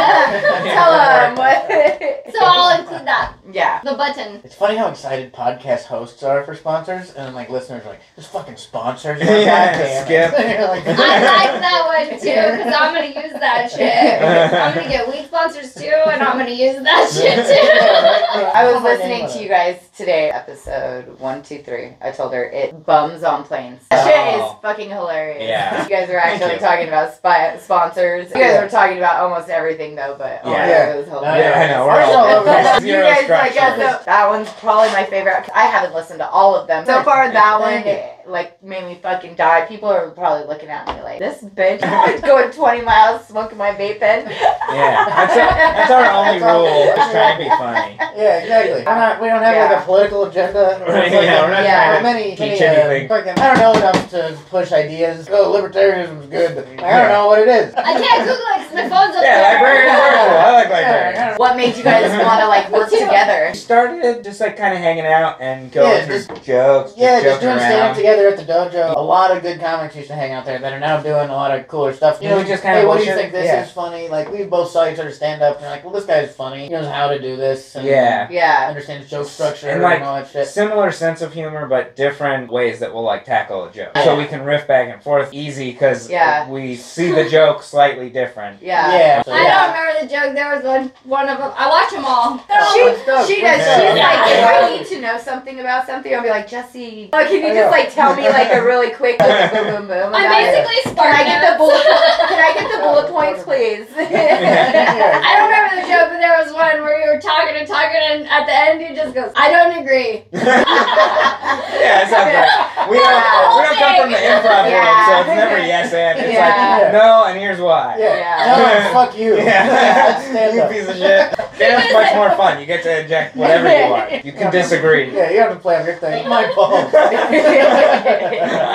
A: tell them what.
B: So I'll include that.
A: yeah.
B: The button.
D: It's funny how excited podcast hosts are for sponsors, and then like listeners are like, "There's fucking sponsors." on
C: Yeah,
D: podcast."
C: skip.
D: You're like,
B: I like that one too, because I'm gonna use that shit. I'm gonna get weed sponsors too, and I'm gonna use that shit too.
A: I was listening to you guys today, episode one, two, three. I told her it bums on planes. That shit
C: Oh.
A: is fucking hilarious.
C: Yeah.
A: You guys were
C: Thank
A: actually
C: you.
A: talking about spy- sponsors. You guys
D: Yeah.
A: were talking about almost everything though, but oh my
C: Yeah.
A: God, it was
D: Yeah.
A: hilarious.
C: Yeah, I know. We're
D: Ours
C: all
D: all
C: over.
D: over.
A: you guys like yeah, so that one's probably my favorite. I haven't listened to all of them so far. That one
D: Thank you.
A: it, like made me fucking die. People are probably looking at me like this bitch going 20 miles smoking my vape pen.
C: Yeah, that's, our that's our only
D: That's all.
C: rule. Is trying to be funny.
D: Yeah, exactly. I'm not, we don't have like
A: Yeah.
D: a political agenda. Or
C: Right,
D: fucking-
C: yeah, we're
A: not
D: yeah,
A: trying
C: to
D: many,
C: teach
D: many, uh,
C: anything.
D: fucking- I don't know enough to push ideas. Oh, libertarianism's good, but like, I
C: Yeah.
D: don't know what it is.
B: I can't Google it 'cause my phone's up
C: Yeah,
B: there.
C: librarians are cool. I like
D: Yeah, I
C: librarians.
A: What made you guys want to like work
B: Me too.
A: together?
C: We started just like kind of hanging out and going
D: Yeah,
C: through jokes,
D: Yeah,
C: just joking
D: just doing stand up
C: around.
D: together at the dojo. A lot of good comics used to hang out there that are now doing a lot of cooler stuff. You know,
C: We just kinda
D: hey, what do you
C: bullshit.
D: think this
C: Yeah.
D: is funny? Like we both saw each other stand up and we're like, well, this guy's funny. He knows how to do this. And
C: Yeah.
A: Yeah.
D: Understand the joke structure
C: And,
D: and,
C: like,
D: all that shit.
C: Similar sense of humor, but different ways that we'll like tackle a joke. So we can riff back and forth easy because
A: Yeah.
C: we see the joke slightly different.
A: Yeah.
D: Yeah.
B: I don't remember the joke. There was one, one of them. I watch them all. They're all
A: She,
D: Oh, it's dope.
A: she does.
D: Yeah.
A: She's like, if
B: Yeah.
A: I need to know something about something, I'll be like, Jesse, like, can
D: I
A: you
D: know.
A: just like tell me like a really quick like, boom, boom, boom?
B: I'm
A: about it?
B: basically
A: Can
B: smart.
A: I get the bullet? Can I get the bullet
D: Oh,
A: points, please?
D: Yeah.
B: I don't remember the joke, but there was one where you were talking and talking, and at the end you just goes, "I don't agree."
C: Yeah, it sounds like we don't, we don't come from the improv world, so it's never yes and. It's
D: Yeah.
C: like no, and here's why.
D: Yeah.
A: Yeah.
D: No, like, fuck you. That's
C: Yeah, you
D: stand-up.
C: piece of shit. That's much more fun. You get to inject whatever you want. You can disagree.
D: Yeah, you have to play on your thing. My balls.
C: I'm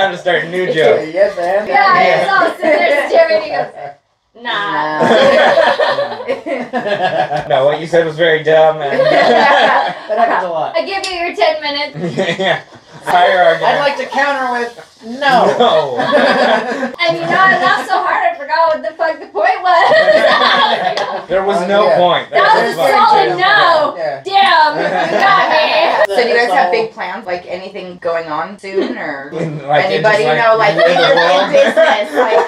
C: gonna start a new
D: Yeah,
C: joke.
D: yes, and.
B: Yeah, I
C: Yeah.
B: just all sit there staring. He goes, "Nah."
C: No, what you said was very dumb. And
D: That happens a lot.
B: I give you your ten minutes,
C: yeah, fire argument.
D: I'd like to counter with no.
C: no.
B: and you know I laughed so hard I forgot what the fuck the point was.
C: there was
D: Oh,
C: no
D: yeah.
C: point.
B: That was
C: There's no
B: solid
C: point.
B: no.
D: Yeah.
B: Damn, you got me.
A: So do you guys have big plans, like anything going on soon, or
C: In, like, in
A: Anybody
C: just, like,
A: know, like,
C: in the
A: in your
C: world.
A: business,
D: like-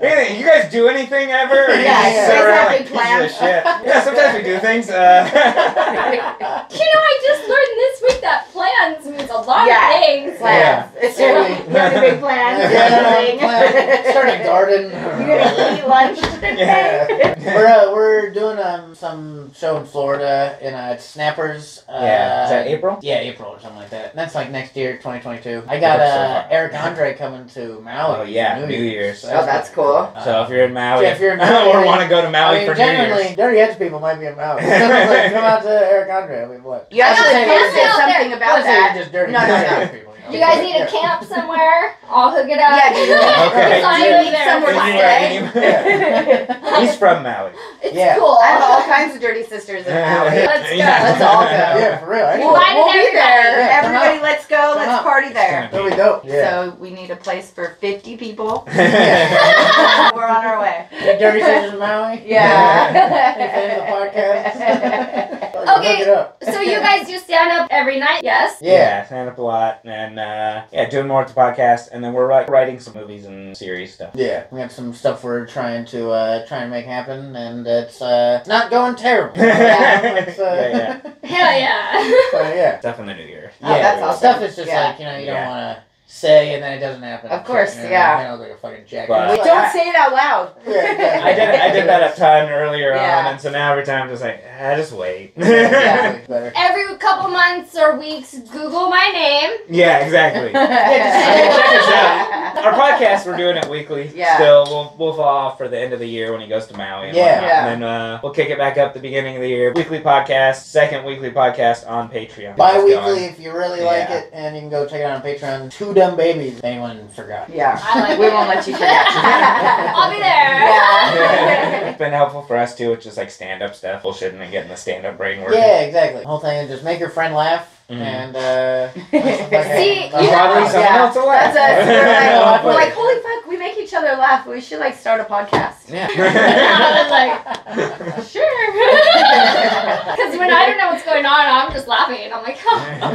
C: Hey, you guys do anything ever? Or you
D: Yeah,
C: just
D: you
C: sit
D: guys
C: around
A: have
C: like
A: big
C: pieces of
A: plans.
C: shit? Yeah, sometimes we do things. Uh,
B: You know, I just learned this week that plans means a lot
A: Yeah.
B: of things.
A: plans? It's
D: Yeah.
A: you have a big plan.
D: Yeah, plan- Start a
A: You're gonna
D: garden.
A: eat lunch today.
D: Yeah. We're uh, we're doing um some show in Florida in uh it's Snappers. Uh,
C: yeah, is that April?
D: Yeah, April or something like that. And that's like next year, 2022. I got
C: That's so
D: uh,
C: far.
D: Eric Andre coming to Maui.
C: Oh, yeah,
D: for
C: New Year's.
A: Oh, that's cool.
D: Uh,
C: So if you're in Maui,
D: Yeah, if you're in Maui,
C: or want to go to Maui
D: I mean,
C: for New
D: genuinely,
C: Year's,
D: Dirty Edge people might be in Maui. Like, come out to Eric Andre. I mean, what?
A: You
D: I
A: actually
D: should say
A: posted
B: that-
A: something
D: I
A: about
D: would say
A: that.
D: you're just dirty.
A: No, no,
C: no.
D: people, know?
B: You guys need a camp somewhere? I'll hook it up.
A: Yeah, do you
C: Okay.
B: Because I
A: Do you
B: live
A: need
B: there.
A: somewhere
C: Anywhere,
A: to stay?
C: he's from Maui.
B: It's
D: Yeah.
B: cool.
A: I have all kinds of dirty sisters in Maui.
B: Let's go.
C: Yeah.
A: Let's all go.
D: Yeah, for real.
A: We'll,
D: Actually,
B: Why
A: we'll be
B: did
A: there.
D: everybody-
A: Everybody, let's go.
D: Come
A: Let's
D: out.
A: party there.
C: It's
D: that'll be dope. Yeah.
A: So we need a place for 50 people.
C: gonna
A: We're on our way.
D: Hey, dirty Sisters of Maui. Hey, fan of the podcast. Fucking
B: Okay,
D: Hook it up.
B: So you guys do stand up every night? Yes.
C: be.
D: Yeah.
C: yeah, stand up a lot, and uh, yeah, doing more with the podcast, and then we're like writing some movies and series stuff.
D: Yeah, we have some stuff we're trying to uh, try and make happen, and it's uh, it's not going terrible. It's, uh,
C: Yeah,
B: Hell yeah.
D: so, yeah.
C: Stuff in the new year.
A: Oh,
D: yeah,
A: that's
D: well,
A: awesome.
D: stuff is just
A: Yeah.
D: like you know you
C: Yeah.
D: don't want to say and then it doesn't happen.
A: Of course,
D: You know,
A: yeah.
D: I look like a fucking jack.
C: But-
A: Don't say it out loud.
D: Yeah, yeah.
C: I did I did that a ton earlier on,
A: Yeah.
C: and so now every time I'm just like, ah, just wait.
A: Yeah.
C: yeah.
D: Better.
B: Every couple months or weeks, Google my name.
C: exactly. Our podcast, we're doing it weekly.
A: Yeah.
C: Still, we'll, we'll fall off for the end of the year when he goes to Maui. And
D: Yeah.
C: whatnot. And then uh, we'll kick it back up the beginning of the year. Weekly podcast, second weekly podcast on Patreon.
D: Bi-weekly if you really like
C: Yeah.
D: it, and you can go check it out on Patreon. Two dumb babies. Anyone forgot?
A: Yeah.
B: I like
A: We
B: it.
A: won't let you forget.
B: I'll be there.
A: Yeah.
C: it's been helpful for us too, which is like stand up stuff, bullshitting and getting the stand up brain working.
D: Yeah, exactly. The whole thing is just make your friend laugh,
C: Mhm.
D: and uh,
B: See,
D: That's
B: you
C: Probably
B: know,
C: someone
A: Yeah.
C: else will laugh.
A: That's us. We're like, we're like,
D: Like-
A: holy fuck, we make each other laugh. We should like start a podcast.
B: I was
C: yeah.
B: like, sure. Because when I don't know what's going on, I'm just laughing. I'm like, oh.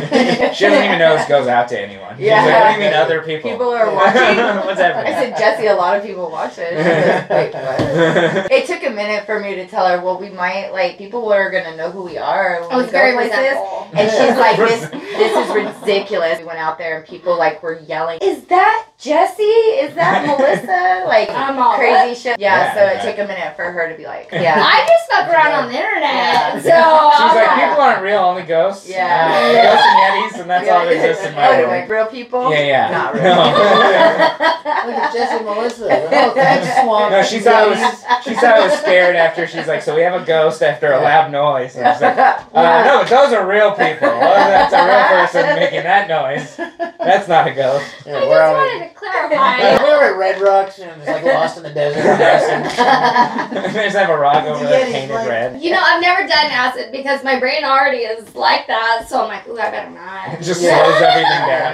C: she doesn't even know this goes out to anyone. She's
A: Yeah.
C: like, what do you mean other people?
A: People are watching.
C: What's
A: I
C: happening?
A: said, Jesse, a lot of people watch it. I was like, Wait, what? It took a minute for me to tell her, well, we might, like, people are going to know who we are
D: Oh,
A: when
B: I was
A: we
B: very
A: go places.
B: resentful.
A: And she's like, this, this is ridiculous. We went out there and people, like, were yelling, is that Jesse? Is that Melissa? Like,
B: I'm all
A: crazy shit. Yeah,
C: Yeah,
A: so
C: yeah.
A: it took a minute for her to be like, yeah.
B: I just fuck around on the internet,
A: Yeah.
B: so I'm
C: She's like,
B: like-
C: people aren't real, only ghosts.
A: Yeah.
C: Uh, ghosts and Yetis, and that's all that exists in my
A: Oh,
C: world.
A: like, real people?
C: Yeah, yeah.
A: Not real.
C: No.
D: Look at Jesse and Melissa. Oh, thanks, Swamp.
C: No, she's always- She said I was scared after she's like, so we have a ghost after a loud noise. And I was like, uh, no, but those are real people. Oh, that's a real person making that noise. That's not a ghost.
D: Yeah,
B: I
D: we're
B: just
D: always-
B: wanted to
D: Like,
B: clarify.
D: we were at Red Rocks, you know, just like lost in the desert. on acid.
C: they just have a rock over there
D: Yeah,
C: painted
D: like-
C: red.
B: You know, I've never done acid because my brain already is like that, so I'm like, ooh, I better
C: It
B: not.
C: just
D: Yeah.
C: slows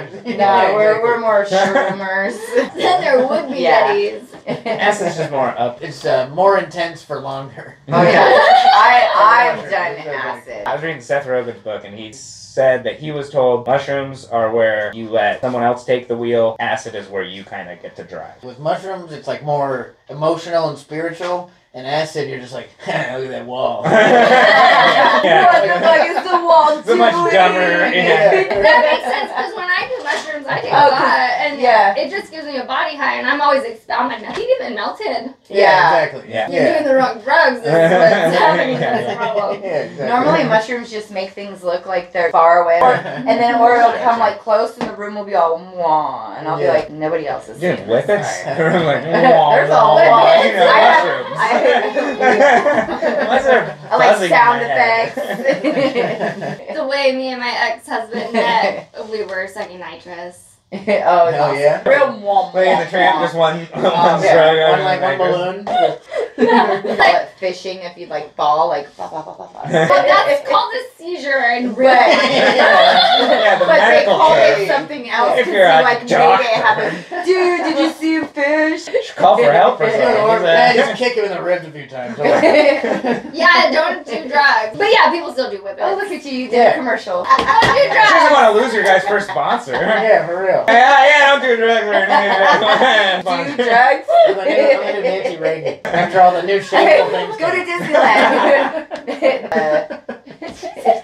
C: everything down.
A: no,
D: Yeah,
A: we're, we're
D: exactly.
A: more shroomers.
B: then there would be
A: Yeah.
B: Yetis.
C: Acid's just more up.
D: It's uh, more intense for longer.
A: Oh yeah, I I've
D: Sure,
A: done
D: sure, sure.
A: acid.
C: I was reading Seth Rogen's book, and he said that he was told mushrooms are where you let someone else take the wheel. Acid is where you kind of get to drive.
D: With mushrooms, it's like more emotional and spiritual. And acid, you're just like, look at that wall.
A: What the fuck is the wall
C: So much
A: doing?
C: dumber,
B: That makes sense because when I do mushrooms, I take
A: Oh, 'cause-
B: pot, and
A: yeah.
B: it just gives me a body high, and I'm always like, I'm like, nothing even melted.
A: Yeah.
D: exactly.
C: Yeah.
B: You're doing the wrong drugs. Is what's happening. That's the problem.
D: Yeah, exactly.
A: Normally mushrooms just make things look like they're far away, or, and then or it'll come like close, and the room will be all mwah, and I'll
D: Yeah.
A: be like, nobody else is.
C: Dude,
A: seeing
C: whippets?
A: this. Sorry.
C: They're like,
A: There's a
C: wah, wah,
A: lot.
C: you know,
A: I have-
C: mushrooms.
A: I have-
C: Unless they're
A: I like
C: buzzing in
A: sound
C: my head.
A: effects.
B: The way me and my ex-husband met, we were sucking nitrous.
A: oh it's
D: Hell
A: awesome.
D: yeah.
A: Real mwah.
C: Like in
A: mwah,
C: the tramp,
A: mwah.
C: just one, one
D: Um,
C: stroke
D: yeah.
C: out
D: One,
C: of
D: like one
C: the necklace.
D: balloon.
A: You call it fishing if you like fall like ba ba ba ba ba.
B: But that's called a seizure and
A: Right.
C: Yeah, the
A: but they
C: medical
A: call
D: care.
A: it something else
C: If
A: because you
C: you're a
A: like made
C: doctor.
A: it happen. Dude, did you see him fish?
C: Call for help or
A: Yeah,
C: something.
D: Or,
C: He's
D: man,
C: a-
D: just kick him in the ribs a few times.
B: yeah, don't do drugs. But yeah, people still do whippets.
A: Oh look at you, you did
D: Yeah.
A: a commercial.
B: Don't do
C: She doesn't
B: drugs.
C: want to lose your guys' first sponsor. yeah,
D: yeah, for real.
C: yeah, don't do drugs or
A: Do
C: anything. Sponsor.
A: drugs?
D: I'm gonna do- I'm gonna do Nancy Reagan after all the new shameful things.
A: Go to Disneyland. uh,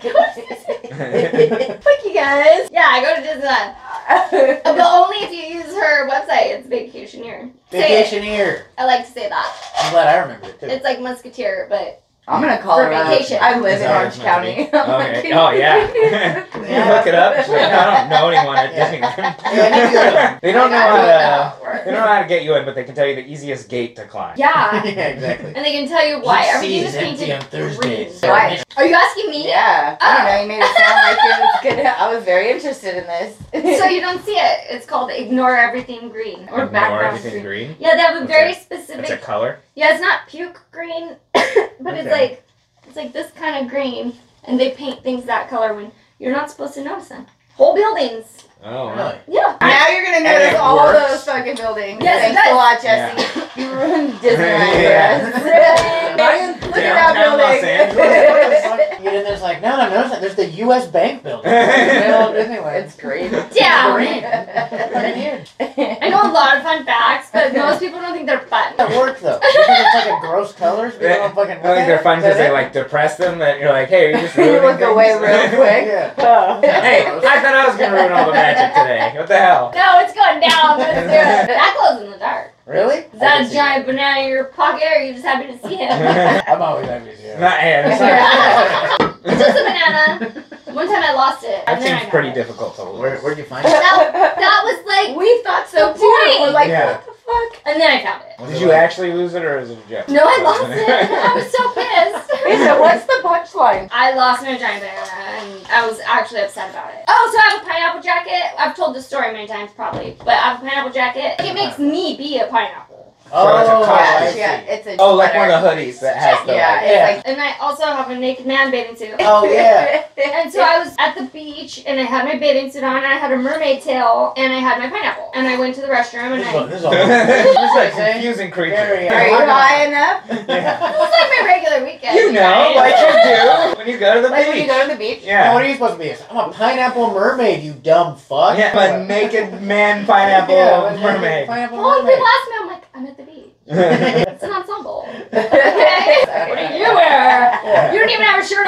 A: fuck you guys.
B: Yeah, I go to Disneyland. Uh, But only if you use her website. It's Vacationeer. Say it.
D: Vacationeer.
B: I like to say that.
D: I'm glad I remembered it too.
B: It's like Musketeer, but
A: I'm gonna call
B: For
A: her out.
B: vacation.
A: I live in
D: Sorry,
A: Orange
D: it's not
A: County.
D: me.
A: I'm like,
C: Okay. Oh yeah. you look it up. She's like, I don't know anyone at
D: Yeah.
C: Disneyland. they don't know uh,
B: I
C: how to.
B: don't know how it
C: They
B: works.
C: don't know how to get you in, but they can tell you the easiest gate to climb.
B: Yeah,
D: yeah, exactly.
B: and they can tell you why
D: Deep
B: everything is
D: sea is empty on
B: painted green.
D: Thursdays.
A: Why?
B: Are you asking me?
A: Yeah. I don't know. You made it sound like it was good. I was very interested in this.
B: So you don't see it. It's called ignore everything green or
C: Ignore
B: background
C: everything
B: green.
C: green.
B: Yeah, they have a
C: That's
B: very
C: That's a
B: specific.
C: color.
B: Yeah, it's not puke green, but
C: Okay.
B: it's like it's like this kind of green, and they paint things that color when you're not supposed to notice them. Whole buildings.
C: Oh.
D: Really?
B: Yeah.
A: now you're gonna
C: And it
A: notice all
C: works.
A: those fucking buildings.
B: Yes, it
A: Thanks a
B: does.
A: lot, Jesse. You ruined Disneyland
C: Yeah.
A: for us. Man, look at that
C: Downtown Los
A: building.
C: Angeles.
D: Like, you know, there's like, no, no, notice that there's the U.S. Bank building in the middle of Disneyland.
A: it's great.
B: Down.
D: Right here.
B: I know a lot of fun facts, but most people don't think they're fun.
D: That work though. Because it's like a gross colors. People don't fucking
C: I
D: look
C: think
D: at
C: they're
D: it.
C: fun because
D: Is that
C: they
D: it?
C: like depress them. That you're like, hey, are you just
A: You
C: ruining
A: look
C: things?
A: away real quick.
D: Yeah.
A: Oh.
C: hey, I thought I was gonna ruin all the magic today. What the hell?
B: No, it's going down. Let's do it. That glows in the dark.
D: Really?
B: Is
D: I can
B: that a
D: see
B: giant banana in your pocket, or are you just happy to see him?
D: that. I'm always happy to see it.
C: Not hey, that's not-
A: Yeah.
B: it's just a banana. One time I lost it.
C: That
B: and then I
C: seems
B: got
C: pretty
B: it.
C: difficult to lose.
D: Where, where'd you find it?
B: That, that was like,
A: we thought so
B: The
A: too. We're
B: point.
A: like,
C: Yeah.
A: what the fuck?
B: and then I found it.
D: Was
C: Did
D: it
C: you
D: like-
C: actually lose it or is it a joke?
B: No, I lost it. I was so
A: They
B: pissed.
A: said, what's the punchline?
B: I lost my giant banana, and I was actually upset about it. Oh, so I have a pineapple jacket. I've told this story many times, probably, but I have a pineapple jacket. It makes me be a pineapple,
C: So it's a
D: Oh,
C: college.
D: I see.
A: yeah, it's a
C: Oh, like one of the hoodies that has the.
A: Yeah,
C: like-
A: it's
D: Yeah.
A: like.
B: and I also have a naked man bathing suit.
D: Oh yeah.
B: And so I was at the beach, and I had my bathing suit on, and I had a mermaid tail, and I had my pineapple, and I went to the restroom, and
D: This
B: I.
D: is all- this is all-
C: It's like
D: Say?
C: confusing creature.
D: Very-
A: Are you high enough?
C: Yeah.
B: It was like my regular weekend.
C: You know,
B: guys.
C: like you do when you go to the
A: Like when you
C: beach.
A: go to the beach?
D: Now, what
C: Yeah.
D: are you supposed to be? I'm a pineapple mermaid, you dumb fuck.
C: Yeah, but naked man pineapple
D: Yeah, but naked
C: mermaid.
D: Pineapple
A: Oh,
B: Well, people
D: mermaid.
B: ask me, I'm like, I'm at the beach. It's an ensemble. Okay? what do
A: Okay.
B: you wear?
D: Yeah.
B: You don't even have a shirt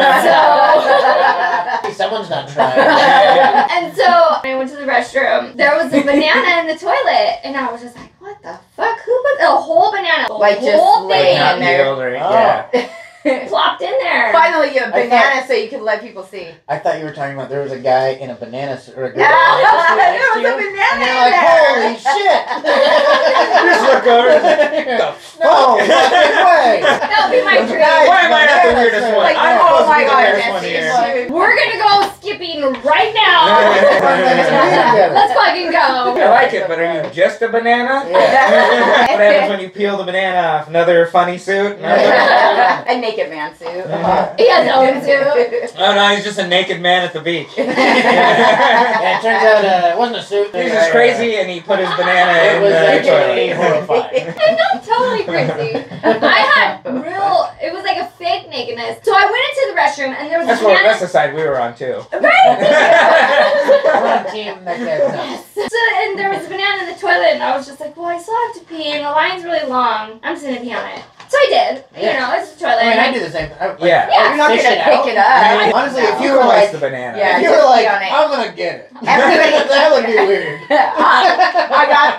B: on. So.
A: So-
D: Hey, Someone's not trying.
B: and so I went to the restroom. There was a banana in the toilet, and I was just like, "What the fuck? Who put a whole banana, the
A: Like, just
B: whole
A: laying
B: thing,
A: out
C: Not
A: there.
C: peeled or
B: Oh.
C: yeah.
B: plopped in there?"
A: Finally, you have
D: I
A: banana so you can let people see.
D: Oh, I thought you were talking about there was a guy in a banana suit or a girl.
A: Yeah,
D: in
A: there
D: a
A: was a
D: banana suit next to you,
A: banana
D: And
A: in there.
D: they're like, holy shit.
C: Just look over. and-
D: No fucking way.
B: that would be my
D: Guys,
B: dream.
C: Why am I not the
D: bananas
C: weirdest
D: are-
C: one?
A: Like,
C: I'm
A: oh
C: supposed to
A: my
C: be the
A: god,
C: weirdest one
A: Jesse,
C: here.
A: you should.
B: We're gonna go skipping right now. Let's fucking
C: I
B: go.
C: like it, but are you just a banana?
A: Yeah.
C: what happens when you peel the banana off? Another funny suit? Another-
A: A naked man suit. Uh-huh.
B: He has own suit.
C: oh no, he's just a naked man at the beach.
A: Yeah.
C: he's
D: Yeah, it turns out uh, it wasn't a suit.
C: just crazy and uh, he put his banana
D: It
C: in
D: was
C: the
D: actually
C: toilet.
D: horrifying.
B: I'm not totally crazy. I had real, it was like a fake nakedness. So I went into the restroom, and there was
C: That's
B: a
C: what
B: can
C: that's the side we were on too.
B: of right.
D: We're on team that guy's nuts.
B: So and there was a banana in the toilet, and I was just like, well, I still have to pee, and the line's really long. I'm just gonna pee on it. So I did. You
D: Yeah.
B: know, it's a toilet.
D: I mean, I do the same thing. I, like,
C: Yeah.
B: Yeah.
A: You're not gonna
D: Fish it out.
A: pick it up.
D: Honestly, if
A: No.
C: You
D: you were
C: were
D: like,
C: the banana.
A: Yeah,
D: if you were
A: just
D: like,
A: pee on it.
D: I'm gonna get it.
A: Everybody-
D: that would be weird.
A: I got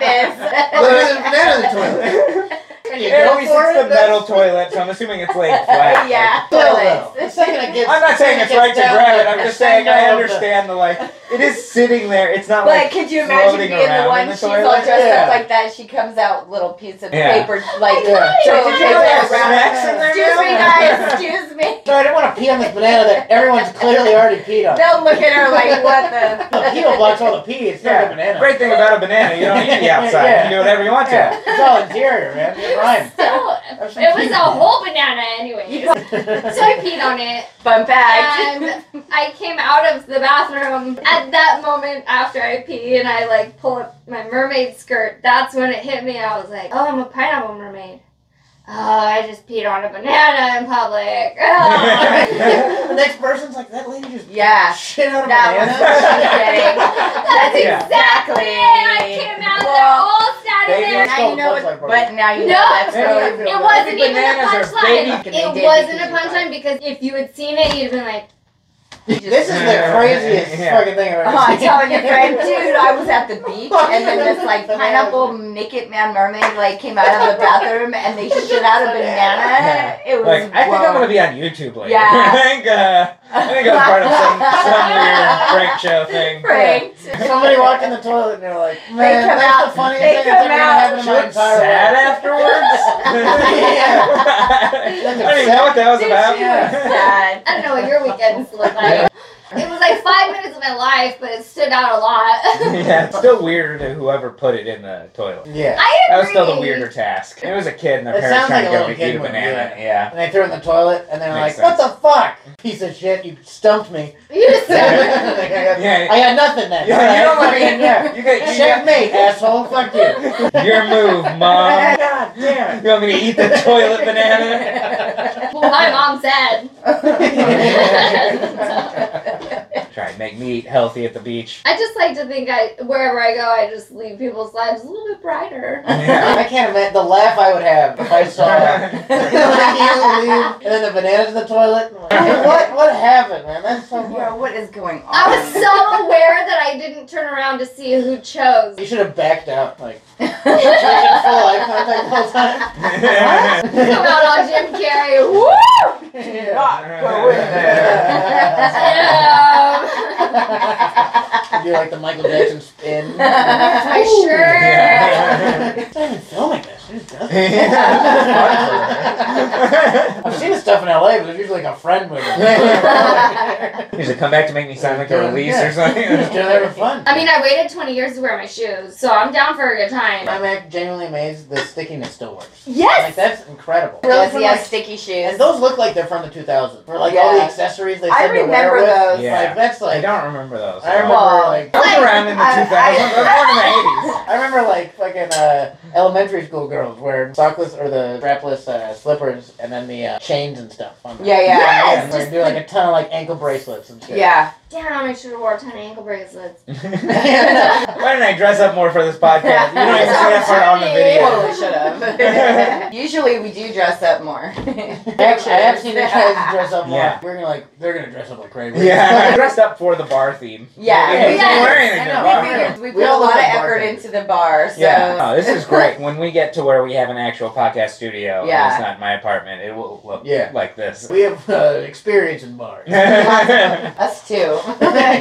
D: Look
A: this.
D: at the banana in the toilet. You
C: It
D: go
C: always
D: for
C: hits
D: it,
C: the
D: that's-
C: metal toilet, so I'm assuming it's laid flat.
A: yeah.
D: Still, though, the
A: toilets.
D: second it gets,
C: I'm not saying
D: the
C: it's
D: second
C: right
D: it
C: to
D: gets
C: grab it.
D: down
C: I'm
D: the-
C: just saying I
D: down the-
C: understand the like. It is sitting there. It's not
A: But
C: like.
A: could you imagine
C: floating
A: being the one
C: around in the
A: she's all
C: toilet?
A: dressed
D: Yeah.
A: up like that? She comes out little piece of
C: Yeah.
A: paper, like
D: Yeah.
A: toilet
C: Did you
A: paper around.
C: have snacks in there,
A: Excuse me, guys. Excuse me.
D: Sorry, I don't want to pee on this banana that everyone's clearly already peed on.
A: They'll look at her like, what the?
D: The peel blocks all the pee. It's not
C: Yeah.
D: the banana.
C: Great thing about a banana, you don't eat the outside. You can do whatever you want to.
D: Yeah, it's all interior, man. You're fine.
B: So
D: There's
B: it was a
D: some
B: whole banana anyway.
A: You
B: So I peed on it.
A: bump back.
B: And I came out of the bathroom at that moment after I pee and I like pull up my mermaid skirt. That's when it hit me. I was like, oh, I'm a pineapple mermaid. Oh, I just peed on a banana in public. Oh.
D: the next person's like, that lady just
A: yeah.
D: shit out of
A: That
D: banana.
A: was what she's getting.
B: That's
C: Yeah.
B: exactly it. I came out they're
A: Well,
B: all sat in
C: they
B: there.
A: Now you know
D: Like
A: what,
D: Barbie.
A: but now you know
B: No,
A: that's
C: Yeah.
A: really
B: It wasn't even a
C: Bananas are baby
B: punchline.
A: Canadian
B: It wasn't a
A: babies.
B: punchline because if you had seen it, you'd have been like,
D: This is the craziest
C: Yeah.
D: fucking thing
A: Oh,
D: I've ever
A: I'm
D: seen.
A: telling you, friend, dude, I was at the beach and then this like pineapple naked man mermaid like came out of the bathroom and they shit out a banana. It was
C: Like, I think I'm gonna
A: wild.
C: be on YouTube later.
A: Yeah.
C: I think uh, I think I'm part of some, some weird prank show thing.
A: Pranked.
D: Somebody walked in the toilet and they're like, man,
A: come
D: that's
A: out-
D: the funniest
A: they
D: thing
A: come
D: that's ever
A: out-
D: happened in
C: She
D: my
C: looked
D: entire
C: sad
D: life.
C: afterwards. I didn't even know what that was
A: Dude,
C: about.
A: she was sad.
B: I don't know what your weekends look like. It was like five minutes of my life, but it stood out a lot.
C: yeah, it's still weird to whoever put it in the toilet.
D: Yeah.
B: I agree.
C: That was still the weirder task. It was a kid and their
D: It
C: parents
D: sounds
C: trying
D: like
C: to
D: a
C: go
D: little
C: eat
D: kid
C: a
D: one,
C: banana. Yeah.
D: And they threw it in the toilet and they're
C: Makes
D: like, what the fuck? Piece of shit, you stumped me.
B: You just
D: Like,
B: said
D: I, got,
C: Yeah.
D: I got nothing then.
C: Yeah, you don't let me
D: Fucking-
C: in there. You get you got
D: Check me, asshole. Fuck you.
C: your move, mom.
D: God damn.
C: You want me to eat the toilet banana?
B: well, my mom said.
C: Try and make me eat healthy at the beach.
B: I just like to think I wherever I go, I just leave people's lives a little bit brighter.
C: Yeah.
D: I can't imagine the laugh I would have if I saw that. Like, you leave, and then the bananas in the toilet. and like, "Hey, what? What happened, man? That's so
A: Yeah,
D: funny.
A: what is going on?
B: I was so aware that I didn't turn around to see who chose.
D: You should have backed out. Like, touching full eye contact the whole time.
B: Come out on Jim Carrey. Woo!
A: Not go in there.
B: Um,
D: Do like the Michael Jackson spin.
B: my shirt.
D: It's not even filming this. Who's does it?
C: Yeah.
D: I've seen this stuff in LA, but it's usually like a friend movie.
C: Usually come back to make me sign like a release or
D: Just
C: something.
D: doing it for fun.
B: I mean, I waited 20 years to wear my shoes, so I'm down for a good time.
D: I'm act- genuinely amazed the stickiness still works.
B: Yes!
D: Like that's incredible.
A: Really,
D: Those
A: so
D: were,
A: you have
D: like-
A: sticky
D: and
A: shoes.
D: those look like they're from the 2000s. For like all the
A: Yeah.
D: accessories they
A: I
D: said to wear
A: remember
D: with.
A: those.
C: Yeah.
D: Like that's
C: I
D: like
C: don't remember those.
D: I remember
A: Well,
D: like
C: I was around in the
A: I- I-
C: 2000s. I was born in the 80s.
D: I remember like fucking uh, elementary school girls wearing sockless or the strapless uh, slippers and then the uh, chains and stuff. On them.
A: Yeah, yeah.
B: Yes!
D: And they do like a ton of like ankle bracelets and shit.
A: Yeah.
B: Damn, I should have wore a ton of ankle bracelets.
C: Why didn't I dress up more for this podcast? You don't even see that part on the video.
A: Totally should have. Usually we do dress up more.
D: I have, I have seen the guys dress up more.
C: Yeah.
D: We're gonna like they're gonna dress up like crazy.
C: Yeah, I dressed up for the bar theme.
A: Yeah.
C: I didn't
B: Yes.
C: wear anything to the
D: I know.
C: bar.
A: We figured we
D: We
A: put a
D: all
A: lot
D: look
A: of
D: like
A: effort
D: bartenders.
A: into the bar, so
C: Yeah, oh, this is great. When we get to where we have an actual podcast studio, and
A: Yeah.
C: it's not my apartment, it will look
D: Yeah.
C: like this.
D: We have uh, experience in bars.
C: yeah,
A: Us too.
D: yeah,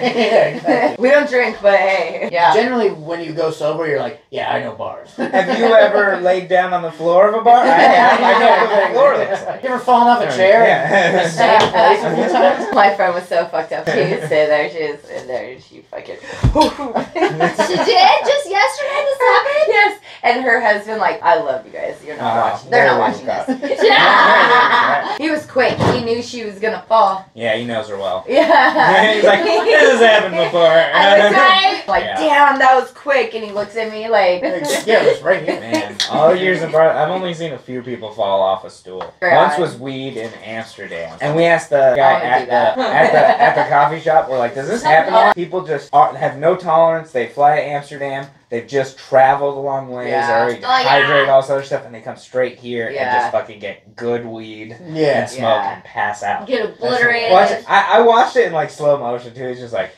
D: exactly.
A: we don't drink, but hey, yeah.
D: Generally, when you go sober, you're like, yeah, I know bars.
C: Have you ever laid down on the floor of a bar? I have. I know what the floor looks like.
D: You ever fallen off a chair?
C: Yeah.
D: in the same place a few times?
A: My friend was so fucked up. She would sit there, she was in there, and she fucking.
B: She did just yesterday this happened.
A: yes, and her husband like, I love you guys. You're not
C: Ah,
A: watching. They're not
C: there we
A: watching
C: go.
A: this.
B: Yeah.
A: he was quick. He knew she was gonna fall.
C: Yeah, he knows her well.
A: Yeah.
C: Yeah, he like, this has happened before.
A: I was like, like,
C: Yeah.
A: damn, that was quick. And he looks at me like,
D: Like, yeah, it's right here.
C: Man, all the years in bar, I've only seen a few people fall off a stool.
A: Right.
C: Once was weed in Amsterdam, and we asked the guy
A: I would
C: at
A: do
C: the,
A: that.
C: at the at the coffee shop, we're like, "Does this happen? a lot?" People just are, have no tolerance. They fly to Amsterdam. They've just traveled a long ways,
A: Yeah.
C: already
B: Oh, yeah.
C: hydrated, all this other stuff, and they come straight here
A: Yeah.
C: and just fucking get good weed and
D: Yeah.
C: smoke
A: Yeah.
C: and pass out."
B: Get
C: That's-
B: obliterated.
C: Watch it. I, I watched it in like slow motion too. It's just like,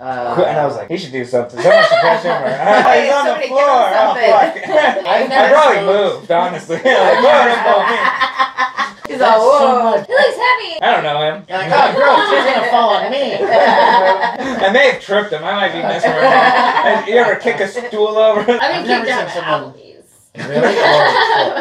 A: uh,
C: and I was like, he should do something. Someone should push him. Or, he's on
A: Somebody
C: the
A: give him
C: floor. Oh,
A: something.
C: fuck.
D: I,
C: I probably moved, honestly. like, whoa, don't blow me.
A: He's all, whoa.
B: He looks heavy.
C: I don't know him.
D: You're like, oh, girl, she's gonna fall on me.
C: I may have tripped him. I might be misremembering. you ever kick a stool over?
B: I've
D: I've
B: been
D: never
B: kicked out of
D: seen someone-
B: Applebee's.
D: really? Holy shit.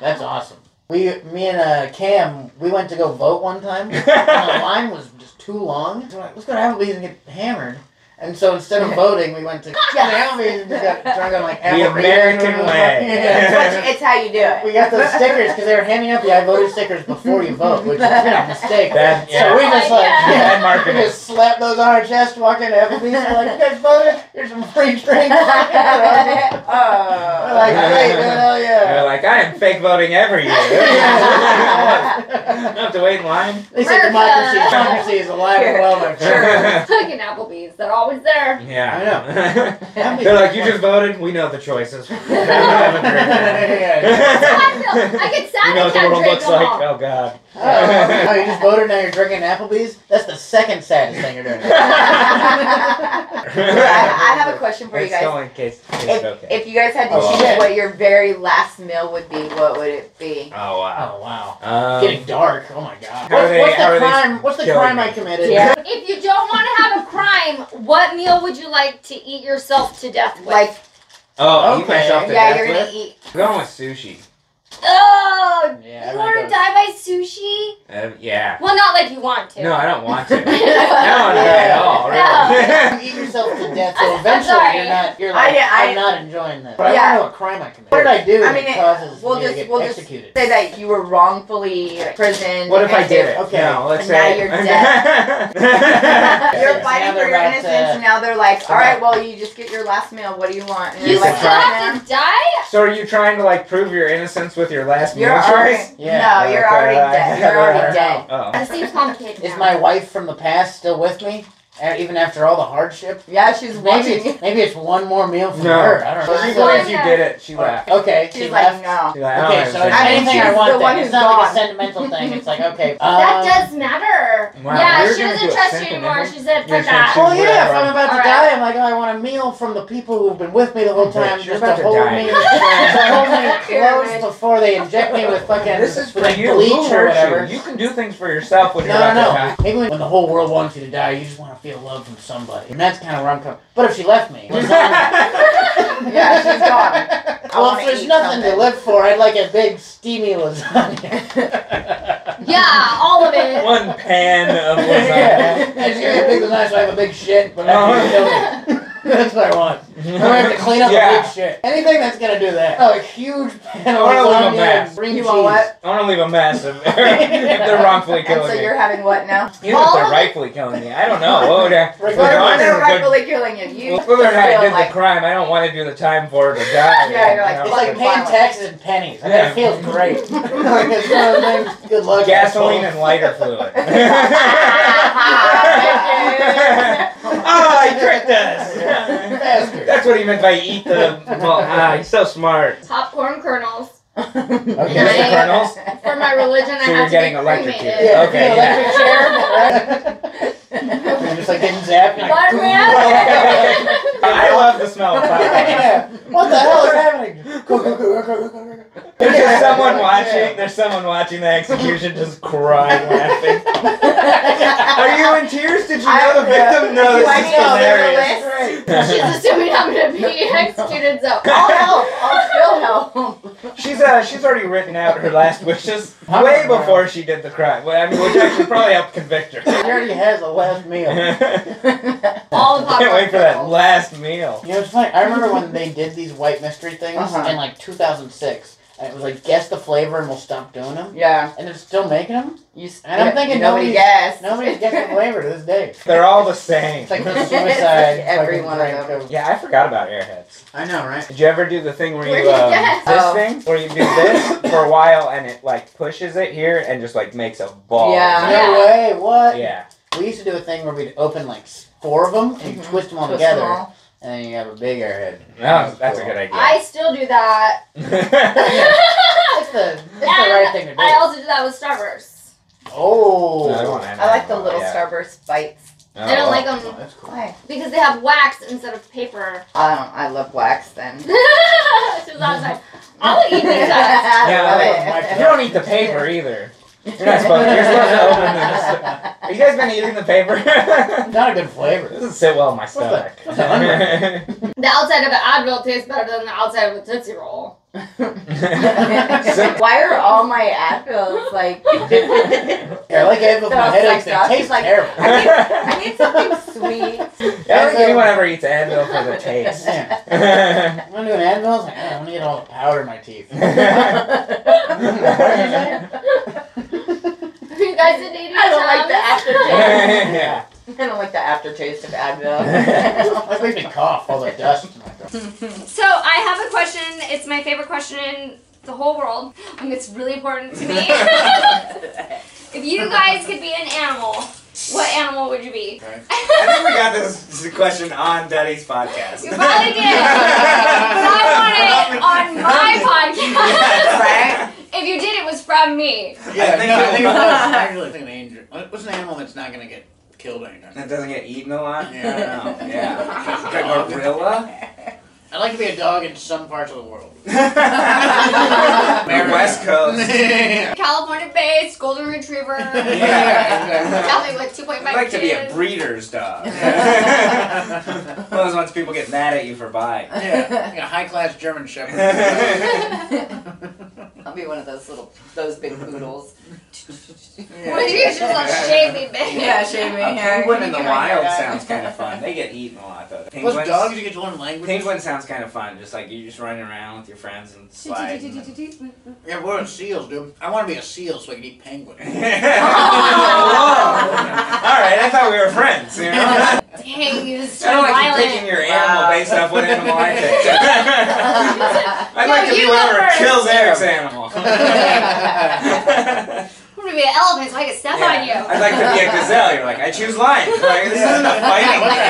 D: That's awesome. We, me and uh, Cam, we went to go vote one time, and the line was just too long. So we're like, let's go to Applebee's and get hammered. And so instead of voting, we went to
A: Yes.
D: Applebee's and just got drunk on like
C: The
D: Applebee's.
C: American way.
A: It's,
D: Yeah.
A: what you- it's how you do it.
D: We got those stickers because they were handing out the I voted stickers before you vote, which is a mistake.
C: That,
D: So
C: yeah.
D: we just
B: Oh my God.
D: like
C: Bad
D: yeah, we
C: marketing.
D: just slap those on our chest, walk into Applebee's, and we're like, you guys voted? Here's some free drinks. We're like,
A: oh.
D: great, man, hell
C: They're
D: yeah.
C: like, I am fake voting every year. I
D: Yeah.
C: don't have to wait in line.
D: They said democracy, democracy is alive and well. my friend.
B: Fucking Applebee's. They're always there.
C: Yeah.
D: I know.
C: They're like, you just voted. We know the choices. Have a drink.
B: That's how I feel. I get sad
C: You know
B: I
C: what the
B: can't
C: world
B: drink
C: looks like.
B: alcohol.
C: Oh God.
D: Oh, oh, you just voted now you're drinking Applebee's? That's the second saddest thing you're doing.
A: Oh, I, I have a question for you
C: It's
A: guys.
C: only in case. It's
A: If,
C: okay.
A: if you guys had to
C: Oh,
A: choose
D: shit.
A: what your very last meal would be, what would it be?
C: oh wow.
D: Oh wow.
C: Um,
D: Getting dark. Oh my god.
C: How are
D: What's,
C: they-
D: what's
C: how are
D: the
C: they
D: crime? What's the
C: killing
D: crime
C: me?
D: I committed?
A: Yeah.
B: If you don't want to have a crime, what meal would you like to eat yourself to death with?
A: Like,
C: oh, you
D: Okay.
C: myself to
A: yeah,
C: death
A: you're
C: with?
A: gonna eat.
C: I'm going with sushi.
B: oh,
D: Yeah,
B: you
D: I
B: want
D: like
B: to
D: those.
B: die by sushi?
C: Um, yeah.
B: Well, not like you want to.
C: No, I don't want to. no, not at all.
B: No.
C: Really.
D: "Oh, You eat yourself to death, so
B: I'm
D: eventually
B: sorry.
D: you're not. You're like,
A: I- I-
D: am not enjoying this. But
A: Yeah.
D: I don't know what crime I committed. What did I do
A: I
D: that
A: mean, it-
D: causes
A: we'll
D: me
A: just-
D: to get
A: we'll just
D: executed?
A: Say that you were wrongfully imprisoned.
C: what if I did it?
D: Okay.
C: No, let's
A: And now
C: say.
A: you're You're
D: Yes,
A: fighting
D: now
A: for
D: they're
A: your
D: about
A: innocence.
D: to-
A: and now they're like, all right, well, you just get your last meal. What do you want? And
B: You
A: you're like,
B: still
C: That's right.
B: have to die?
C: so are you trying to like prove your innocence with your last
A: You're
C: meal
A: already,
C: choice?
D: Yeah.
A: no, you're
C: Okay,
A: already
C: I-
A: dead. You're already dead.
C: Oh.
B: That seems complicated.
D: Is
B: now.
D: my wife from the past still with me? A- Even after all the hardship?
A: Yeah, she's
D: Maybe
A: watching. you.
D: it's, maybe it's one more meal for
C: No.
D: her.
C: But
D: I
C: she
D: don't know.
C: believes you did it. She laughed.
D: Okay.
A: She's
D: she
A: like,
D: left.
A: no.
C: She laughed. I
D: Okay,
C: don't
D: so
C: understand.
D: it's
A: I mean,
D: anything I
A: she's
D: want.
A: the one
D: then.
A: who's
D: It's not like
A: gone.
D: a sentimental thing. It's like okay.
B: That
D: um,
B: does matter.
C: uh, Wow, we
B: yeah,
C: were
B: she
C: gonna
B: doesn't
C: do a
B: trust you
C: sentiment,
B: anymore.
C: huh?
B: She said,
C: You're
B: fuck that.
C: saying
D: Well, yeah. If I'm about to
B: Alright.
D: die, I'm like, oh, I want a meal from the people who've been with me the whole time,
C: Bitch, you're
D: just
C: about
D: to
C: to
D: hold
C: die.
D: me, to hold me
A: Pyramid.
D: close before they inject me with fucking
C: This is for
D: like
C: you. Who
D: bleach or whatever.
C: hurt you? You can do things for yourself when you're
D: No, no,
C: about to
D: no.
C: die.
D: Maybe when, when the whole world wants you to die, you just want to feel love from somebody, and that's kind of where I'm coming. But if she left me, well,
A: Yeah, she's gone.
D: well, if there's nothing to live for, I'd like a big steamy lasagna.
B: Yeah, all of it.
C: One pan uh, of lasagna.
D: yeah, I just get a big lasagna, so I have a big shit, but I'm gonna kill me. That's what I want. I'm gonna have to clean up
C: Yeah.
D: the big shit. Anything that's gonna do that. Oh, a huge pan of
C: Or a little
D: lasagna
C: mess.
D: and green
A: You
D: cheese.
A: want what?
C: I want to leave a mess if, if they're wrongfully
A: And
C: killing
A: so
C: me.
A: you're having what now?
C: Even if
B: All
C: they're
B: of it-
C: rightfully killing me, I don't know. What would I?
D: What if
A: What if
C: Lasagna's
A: they're
C: a good-
A: rightfully killing you? You
C: Well, whether or not I
A: feel
C: did
A: like
C: the crime, I don't want to do the time for it or die.
A: Yeah, you're like,
C: You
D: It's
C: know,
D: like
A: Fucking
D: paying
A: violent.
D: taxes in pennies. Like,
C: Yeah.
D: It feels great. like, it's one of those things, Good luck.
C: gasoline and
D: asshole.
C: lighter fluid.
A: Yeah.
C: oh, he tricked us.
D: Bastard.
C: That's what he meant by eat the. Well, ah, he's so smart.
B: Popcorn kernels.
D: Okay.
C: Just the kernels.
B: For my religion, I
C: So you're
B: have
C: getting
B: to be
C: electrocuted.
B: cremated.
D: Yeah,
C: Okay,
D: okay. Electric chair. Right? You're just like getting zapped. You're like,
B: Water man.
C: I love the smell of popcorn.
D: yeah. What the hell is happening? Go, go, go, go, go, go, go, go.
C: There's
D: Yeah.
C: just someone
D: Yeah.
C: watching. There's someone watching the execution, just crying, laughing. Are you in tears? Did you
A: I-
C: know the victim? No,
A: Do
C: this
A: I
C: is
A: need to know there's a
C: hilarious.
A: list?
B: She's assuming I'm gonna be executed, so
A: I'll help. I'll still help.
C: She's uh, she's already written out her last wishes
D: Oh,
C: way
D: wow.
C: before she did the crime. Well, I mean, which actually probably helped convict her.
D: He already has a last meal.
C: Can't
B: all the popcorn.
C: wait for that
B: kernels.
C: last meal.
D: You know, it's funny. I remember when they did these white mystery things
A: Uh-huh.
D: in like 2006. And it was like, guess the flavor and we'll stop doing them.
A: Yeah.
D: And they're still making them?
A: You, s-
D: And I'm thinking
A: nobody
D: nobody's-
A: guessed.
D: Nobody's getting the flavor to this day.
F: They're all the same.
D: It's like the
A: It's
D: suicide.
A: like
D: fucking
A: every one of
D: drink
A: them.
F: Yeah, I forgot about airheads.
D: I know, right?
F: Did you ever do the thing where
B: Where
F: you
B: you
F: um,
B: guess?
F: this
A: Oh.
F: thing where you do this for a while and it like pushes it here and just like makes a ball?
A: Yeah.
D: No way, what?
F: Yeah.
D: We used to do a thing where we'd open like s- four of them and you
A: Mhm.
D: twist them all
A: Twist
D: together,
A: them all.
D: and then you have a big airhead.
F: No, that's a good
B: I still do that.
F: idea.
D: It's the, it's the
B: And
D: right thing to do.
B: I also do that with Starburst.
D: oh,
A: I like the little Starburst bites.
C: Oh.
B: I don't like them
D: Oh, that's cool.
A: Why?
B: because they have wax instead of paper.
A: I don't. I love wax then.
B: she was always like, I'll eat these. guys."
A: I
F: Yeah,
A: love
D: I
A: it.
F: You don't eat the paper either. You're not supposed. You're supposed to open this. Have you guys been eating the paper? this
D: Not a good flavor.
F: doesn't sit well in my stomach.
D: What the- what
B: The outside of an Advil tastes better than the outside of a Tootsie Roll.
F: So-
A: Why are all my Advils like?
D: Yeah, I like it with
A: So
D: my
A: it's like
D: headaches. They
A: that.
D: taste
A: It's like-
D: terrible.
A: I need something sweet.
F: Ask anyone ever eats Advil for the taste.
D: Yeah. I'm gonna do an Advil. I was like, I don't need all the powder in my teeth.
B: You guys didn't eat
A: I don't like the aftertaste.
F: yeah.
A: I don't like the aftertaste of Advil.
D: That makes me cough. All the dust. in my throat.
B: So I have a question. It's my favorite question in the whole world. and it's really important to me. if you guys could be an animal, what animal would you be?
D: Okay.
C: I think we got this this question on Daddy's podcast.
B: You probably did. but I want it on my
A: right?
B: podcast. if you did, it was from me.
C: I
D: Yeah,
C: think
D: no, I
C: it
D: think it
C: was.
D: was actually an angel. What's an animal that's not gonna get killed anytime?
C: That doesn't get eaten a lot.
D: Yeah.
C: I don't know. Yeah. A gorilla.
D: I'd like to be a dog in some parts of the world.
C: The West Coast.
D: yeah,
B: California-based golden retriever.
C: Yeah.
B: Nothing like 2.5
C: I'd like to be a
B: kids.
C: breeder's dog. One
D: exactly.
C: of those ones people get mad at you for buying.
D: Yeah, like a high class German Shepherd.
A: I'll be one of those little, those big poodles.
B: Well, you guys just like shave me, babe.
A: Yeah, shaving
C: A
A: hair.
C: penguin in the
A: You can hang
C: wild
A: out.
C: sounds kind of fun. They get eaten a lot though.
D: With
C: Penguins.
D: dogs, you get to learn languages.
C: Penguin sounds kind of fun. Just like you're just running around with your friends and sliding.
D: Yeah, we're on seals, dude. I want to be a seal so I can eat penguin.
C: Whoa. All right, I thought we were friends. You know? I
B: Dang, you just
C: don't like you
B: violent.
C: picking your animal
A: Wow.
C: based off what animal I picked. I'd like
B: No,
C: to be
B: you go
C: whoever
B: first.
C: kills Eric's animal.
B: I'm gonna be an elephant so I can step on you.
C: Yeah. I'd like to be a gazelle. You're like, I choose lion. Like, this isn't a fighting.
D: What the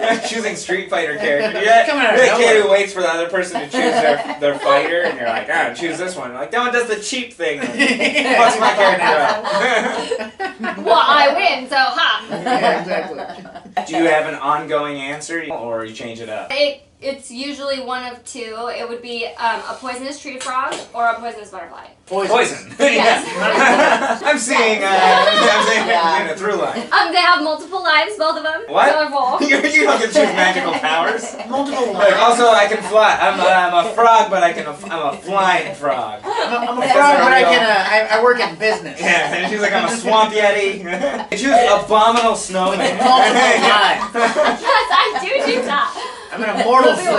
C: hell? choosing Street Fighter character. You're that,
D: Coming out of
C: you're that kid
D: nowhere.
C: who waits for the other person to choose their, their fighter, and you're like, ah, choose this one. You're like, that one does the cheap thing. What's my character up?
B: Well, I win, so ha.
D: yeah, exactly.
C: Do you have an ongoing answer, or you change it up?
B: It, it's usually one of two. It would be um, a poisonous tree frog or a poisonous butterfly.
D: Poison.
C: Poison.
B: Yes.
C: Yeah. I'm seeing, uh, I'm seeing a through line.
B: Um, they have multiple lives, both of them.
C: What?
B: Colorful.
C: you you don't get to choose magical powers.
D: Multiple
C: Like,
D: lines.
C: also, I can fly. I'm a, I'm a frog, but I can. I'm a flying frog.
D: I'm a, I'm a frog, but I can. Uh, I, I work in business.
C: Yeah, and she's like, I'm a swamp yeti. She was abominable snowman.
D: Multiple lines.
B: yes, I do do that.
D: I'm an immortal frog. I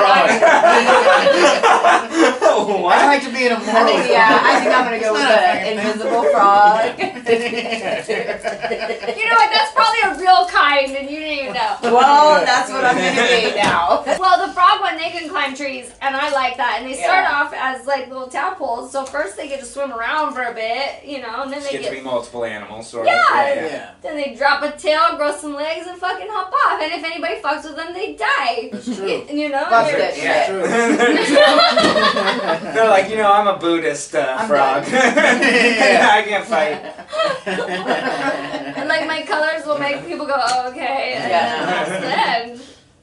C: what?
D: like to be an
A: I
D: immortal.
A: think, yeah, I think I'm gonna go with
D: It's not a fucking
A: the
D: thing.
A: invisible frog.
D: frog.
B: You know what? That's probably a real kind, and you didn't even know.
A: Well, that's what I'm gonna be now.
B: Well, the frog one, they can climb trees, and I like that. And they start
A: Yeah.
B: off as like little tadpoles, so first they get to swim around for a bit, you know, and then
C: She
B: they
C: gets
B: get,
C: to be multiple animals, sort
B: Yeah.
C: of.
D: yeah,
B: then they drop a tail, grow some legs, and fucking hop off. And if anybody fucks with them, they die.
D: that's true.
B: You know,
A: Fuck
B: you're-
A: it.
C: Yeah.
D: True.
C: They're like, you know, I'm a Buddhist uh,
A: I'm
C: frog. I can't fight.
B: and like my colors will make people go, oh, okay, and
A: Yeah.
B: then that's the end.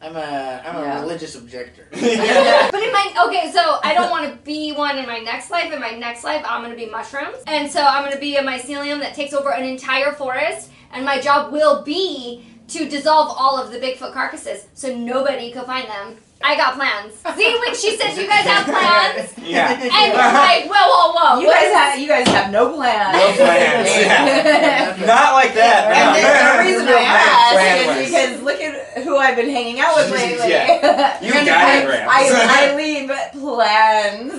D: I'm a I'm a
A: Yeah.
D: religious objector.
B: But in my okay, so I don't want to be one in my next life. In my next life, I'm gonna be mushrooms, and so I'm gonna be a mycelium that takes over an entire forest. And my job will be to dissolve all of the Bigfoot carcasses, so nobody could find them. I got plans. See, when she said you guys have plans,
C: Yeah.
B: and you're like, whoa, whoa, whoa,
A: You
B: what
A: guys
B: is-
A: have you guys have no plans.
C: No plans. Yeah. Not like that.
A: And
C: no.
A: then the reason
C: Real
A: I
C: plan-
A: asked
C: plan
A: is
C: was-
A: because look at who I've been hanging out with lately.
C: You
A: And
C: got
A: I,
C: it, Rams.
A: I, I leave plans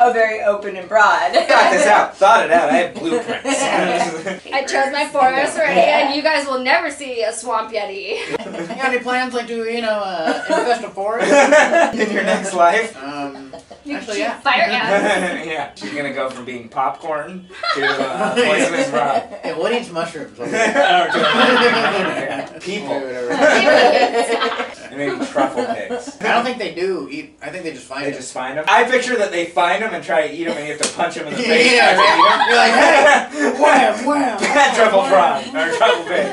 A: are very open and broad.
C: Thought this out. Thought it out. I have blueprints.
B: I chose my forest already, and you guys will never see a swamp yeti.
D: You got any plans like to, you know, uh, invest a forest?
C: In your next life.
D: Um,
B: You
D: Actually,
B: cheap
D: yeah.
B: fire ants.
C: yeah. She's gonna go from being popcorn to uh, poisonous rock.
D: hey, what eats mushrooms?
C: Or to- People. And maybe truffle pigs.
D: I don't think they do eat. I think they just find
C: They
D: it.
C: just find them. I picture that they find them and try to eat them, and you have to punch them in the face.
D: Yeah, right. You're like, hey, wham, wham.
C: Bad truffle frog or truffle pig.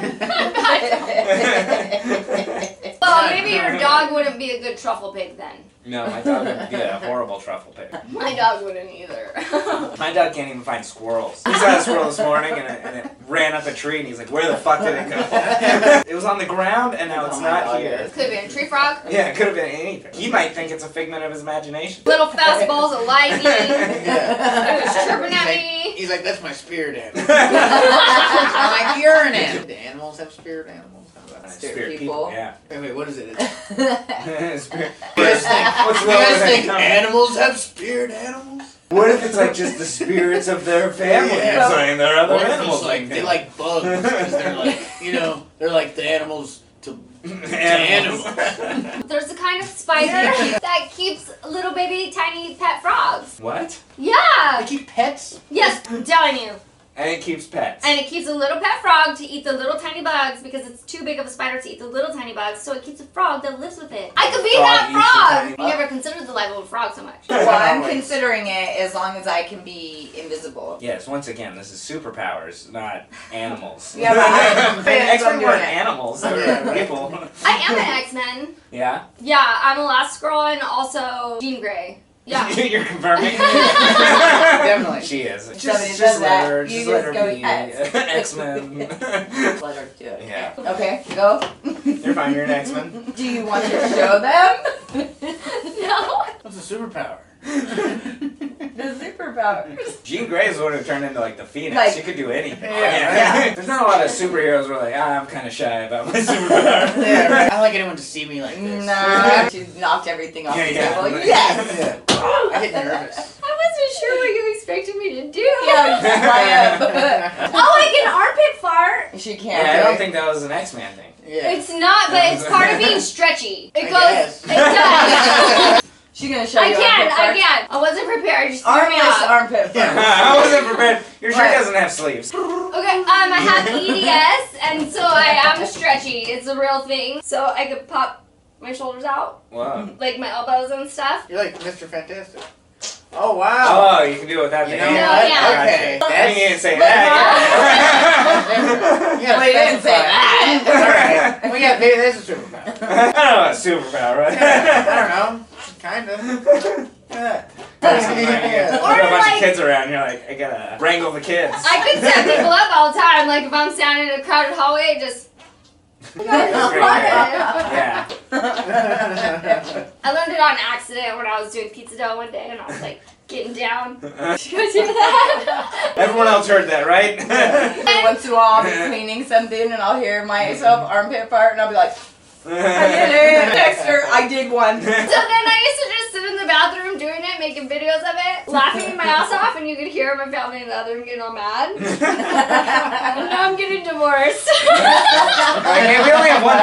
B: Well, maybe your dog wouldn't be a good truffle pig then.
C: no, my dog would be a horrible truffle pig.
B: My dog wouldn't either.
C: My dog can't even find squirrels. He saw a squirrel this morning and it, and it ran up a tree, and he's like, "Where the fuck did it go?" it was on the ground, and now it's
D: Oh my
C: not
D: God,
C: here.
B: Could be a tree frog.
C: Yeah, it could have been anything. He might think it's a figment of his imagination.
B: Little fastballs of lightning. It was
D: Yeah.
B: chirping at me.
D: He's like, that's my spirit animal. I'm like, you're an animal. Do animals have spirit animals? How about that?
A: Spirit people.
C: Yeah.
D: Wait, wait, what is it? It's-
C: Spirit.
D: You guys think,
C: What's
D: you
C: wrong
D: guys
C: with that
D: think
C: comment?
D: animals have spirit animals?
C: What if it's like just the spirits of their family
D: Yeah.
C: or something? There are other
D: What if it's
C: animals
D: like,
C: like
D: they
C: that.
D: like bugs because they're like, you know, they're like the animals to, to animals.
B: There's a kind of spider that keeps little baby tiny pet frogs.
C: what?
D: They
B: Yeah.
D: keep pets?
B: Yes, I'm telling you.
C: And it keeps pets.
B: And it keeps a little pet frog to eat the little tiny bugs because it's too big of a spider to eat the little tiny bugs, so it keeps a frog that lives with it. I could be
C: Frog eats the
B: that
C: tiny
B: frog!
C: bug.
B: You never considered the life of a frog so much.
A: Well, I'm
C: Always.
A: considering it as long as I can be invisible.
C: Yes, once again, this is superpowers, not animals.
A: Yeah, but I'm fans
C: X-Men
A: on
C: weren't
A: doing it.
C: animals, they were
D: Yeah.
C: people.
B: I am an X-Men.
C: Yeah?
B: Yeah, I'm a last girl and also Jean Grey. Yeah.
C: You're confirming?
D: Definitely.
C: She is. Just,
A: Somebody
C: just
A: does
C: let
A: that,
C: her,
A: you
C: just
A: just
C: let her
A: go
C: be.
A: X.
C: X-Men.
A: Let her do it.
C: yeah.
A: Okay, go.
C: You're fine, you're an X-Men.
A: Do you want to show them
B: no.
D: What's a superpower?
A: the superpowers?
C: Jean Grey is the one who turned into like the Phoenix.
A: Like-
C: she could do anything.
D: Yeah.
C: There's not a lot of superheroes who are like, ah, I'm kind of shy about my superpower.
D: Yeah, right. I don't like anyone to see me like this.
A: Nah, she's knocked everything off
C: Yeah,
A: the
C: yeah.
A: table. Yes.
D: Yeah. I get nervous.
B: I wasn't sure what you expected me to do.
A: Yeah, just fly
B: Oh, I can armpit fart.
A: up. uh, she can't.
C: Yeah, I
A: do
C: don't
A: it.
C: think that was an X-Man thing.
D: Yeah.
B: It's not, but it's part of being stretchy. It
D: I
B: goes.
D: guess.
B: It does.
A: She's gonna show
B: I
A: you.
B: can. I
A: armpit first.
B: can. I wasn't prepared. Just threw me
A: Armless
B: off.
A: armpit.
D: Yeah.
A: first.
C: I wasn't prepared. Your shirt
A: Right.
C: doesn't have sleeves.
B: Okay, um, I have EDS, and so I am stretchy. It's a real thing. So I could pop my shoulders out,
C: Wow.
B: like my elbows and stuff.
D: You're like Mr. Fantastic. Oh wow.
C: Oh, you can do it without
D: you
C: the
D: know
B: No,
C: hand.
D: what?
B: yeah.
D: Okay.
C: Gotcha.
D: That's,
C: You didn't say
D: Yeah.
C: that.
D: you gotta
A: Well, you didn't say
D: specify.
A: that.
D: Alright. Well, yeah, maybe that's a superpower.
C: I don't know about superpower, right?
D: I don't know. Kind of. Yeah.
C: Yeah.
B: Or
C: Or a bunch
B: like-
C: of kids around, you're like, I gotta wrangle the kids.
B: I could set people up all the time. Like if I'm standing in a crowded hallway, just
C: That's great. yeah.
B: I learned it on accident when I was doing pizza dough one day, and I was like getting down. Should I do that?
C: Everyone else heard that, right?
A: Every Once in a while, I'll be cleaning something and I'll hear myself armpit fart and I'll be like, I did it. Dexter, I did one.
B: So then I used to just sit in the bathroom doing it, making videos of it, laughing my ass off, and you could hear my family in the other room getting all mad. And now I'm getting divorced.
C: okay, we only have one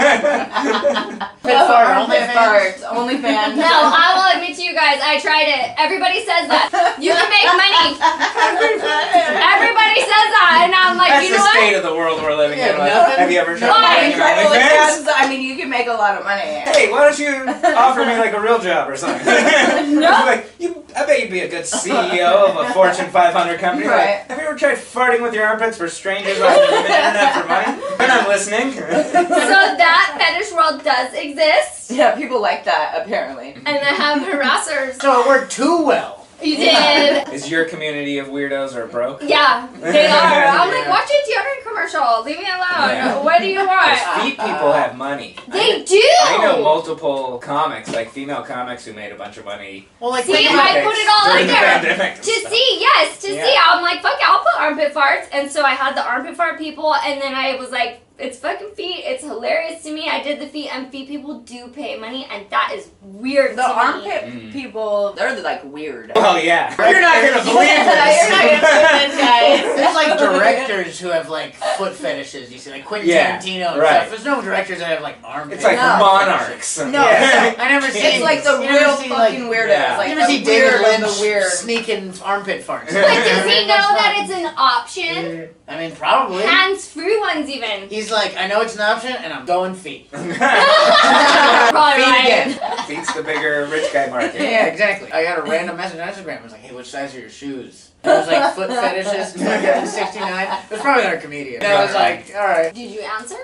C: bathroom.
D: Pit fart,
A: armpit
D: OnlyFans.
A: farts. Only fans.
B: no, I will admit to you guys, I tried it. Everybody says that. You can make money. Everybody says that, and I'm like,
C: That's
B: you know
C: the state
B: what?
C: of the world we're living
D: Yeah,
C: in. Like,
D: nothing-
C: have you ever tried
B: nothing
C: buying your
A: Travel
C: OnlyFans?
A: expenses, I mean, you can make a lot of money.
C: hey, why don't you offer me like a real job or something?
A: No.
C: It's like, you, I bet you'd be a good CEO of a Fortune 500 company. Like,
A: Right.
C: have you ever tried farting with your armpits for strangers on the internet for money? They're not listening.
B: So that fetish world does exist,
A: Yeah, people like that apparently.
B: and I have harassers.
D: so it worked too well.
B: You did.
C: Is your community of weirdos or broke?
B: Yeah, they are. I'm like,
D: Yeah.
B: watch a deodorant commercial. Leave me alone.
C: Yeah.
B: What do you
C: 'Cause
B: want?
C: feet people have money.
B: They do.
C: I know multiple comics, like female comics, who made a bunch of money.
D: Well, like
B: See,
D: when you-
B: I put it all
C: during
B: out
C: the
B: there.
C: pandemic.
B: To see, yes, to
C: Yeah.
B: see. I'm like, fuck it, I'll put armpit farts. And so I had the armpit fart people, and then I was like, It's fucking feet. It's hilarious to me. I did the feet, and feet people do pay money, and that is weird.
A: The
B: to me.
A: armpit
C: Mm.
A: people, they're like weird.
C: Well, yeah. You're not gonna believe
A: Yeah,
C: this.
A: you're not gonna believe this, guys.
D: There's like directors who have like foot fetishes. You see, like Quentin
C: Yeah,
D: Tarantino and
C: right.
D: stuff. There's no directors that have like arm.
C: It's like
A: No.
C: monarchs. and-
A: No.
C: Yeah.
D: I never seen.
A: It's like the
D: you never
A: real
D: see,
A: fucking
D: like-
A: weirdos.
C: yeah.
A: Like
D: you never
A: the
D: see David
A: weird of
D: Lynch
A: the weird.
D: sneaking armpit farts.
B: But
C: Like,
B: does he know that it's an option?
D: I mean, probably.
B: Hands free ones even.
D: He's like, I know it's an option, and I'm going feet.
B: Probably
D: Feet
B: right.
D: again.
C: Beats the bigger rich guy market.
D: Yeah, exactly. I got a random message on Instagram. It was like, hey, which size are your shoes? And it was like foot fetishes, like 69. It was probably our comedian. And I was like, alright.
B: Did you answer?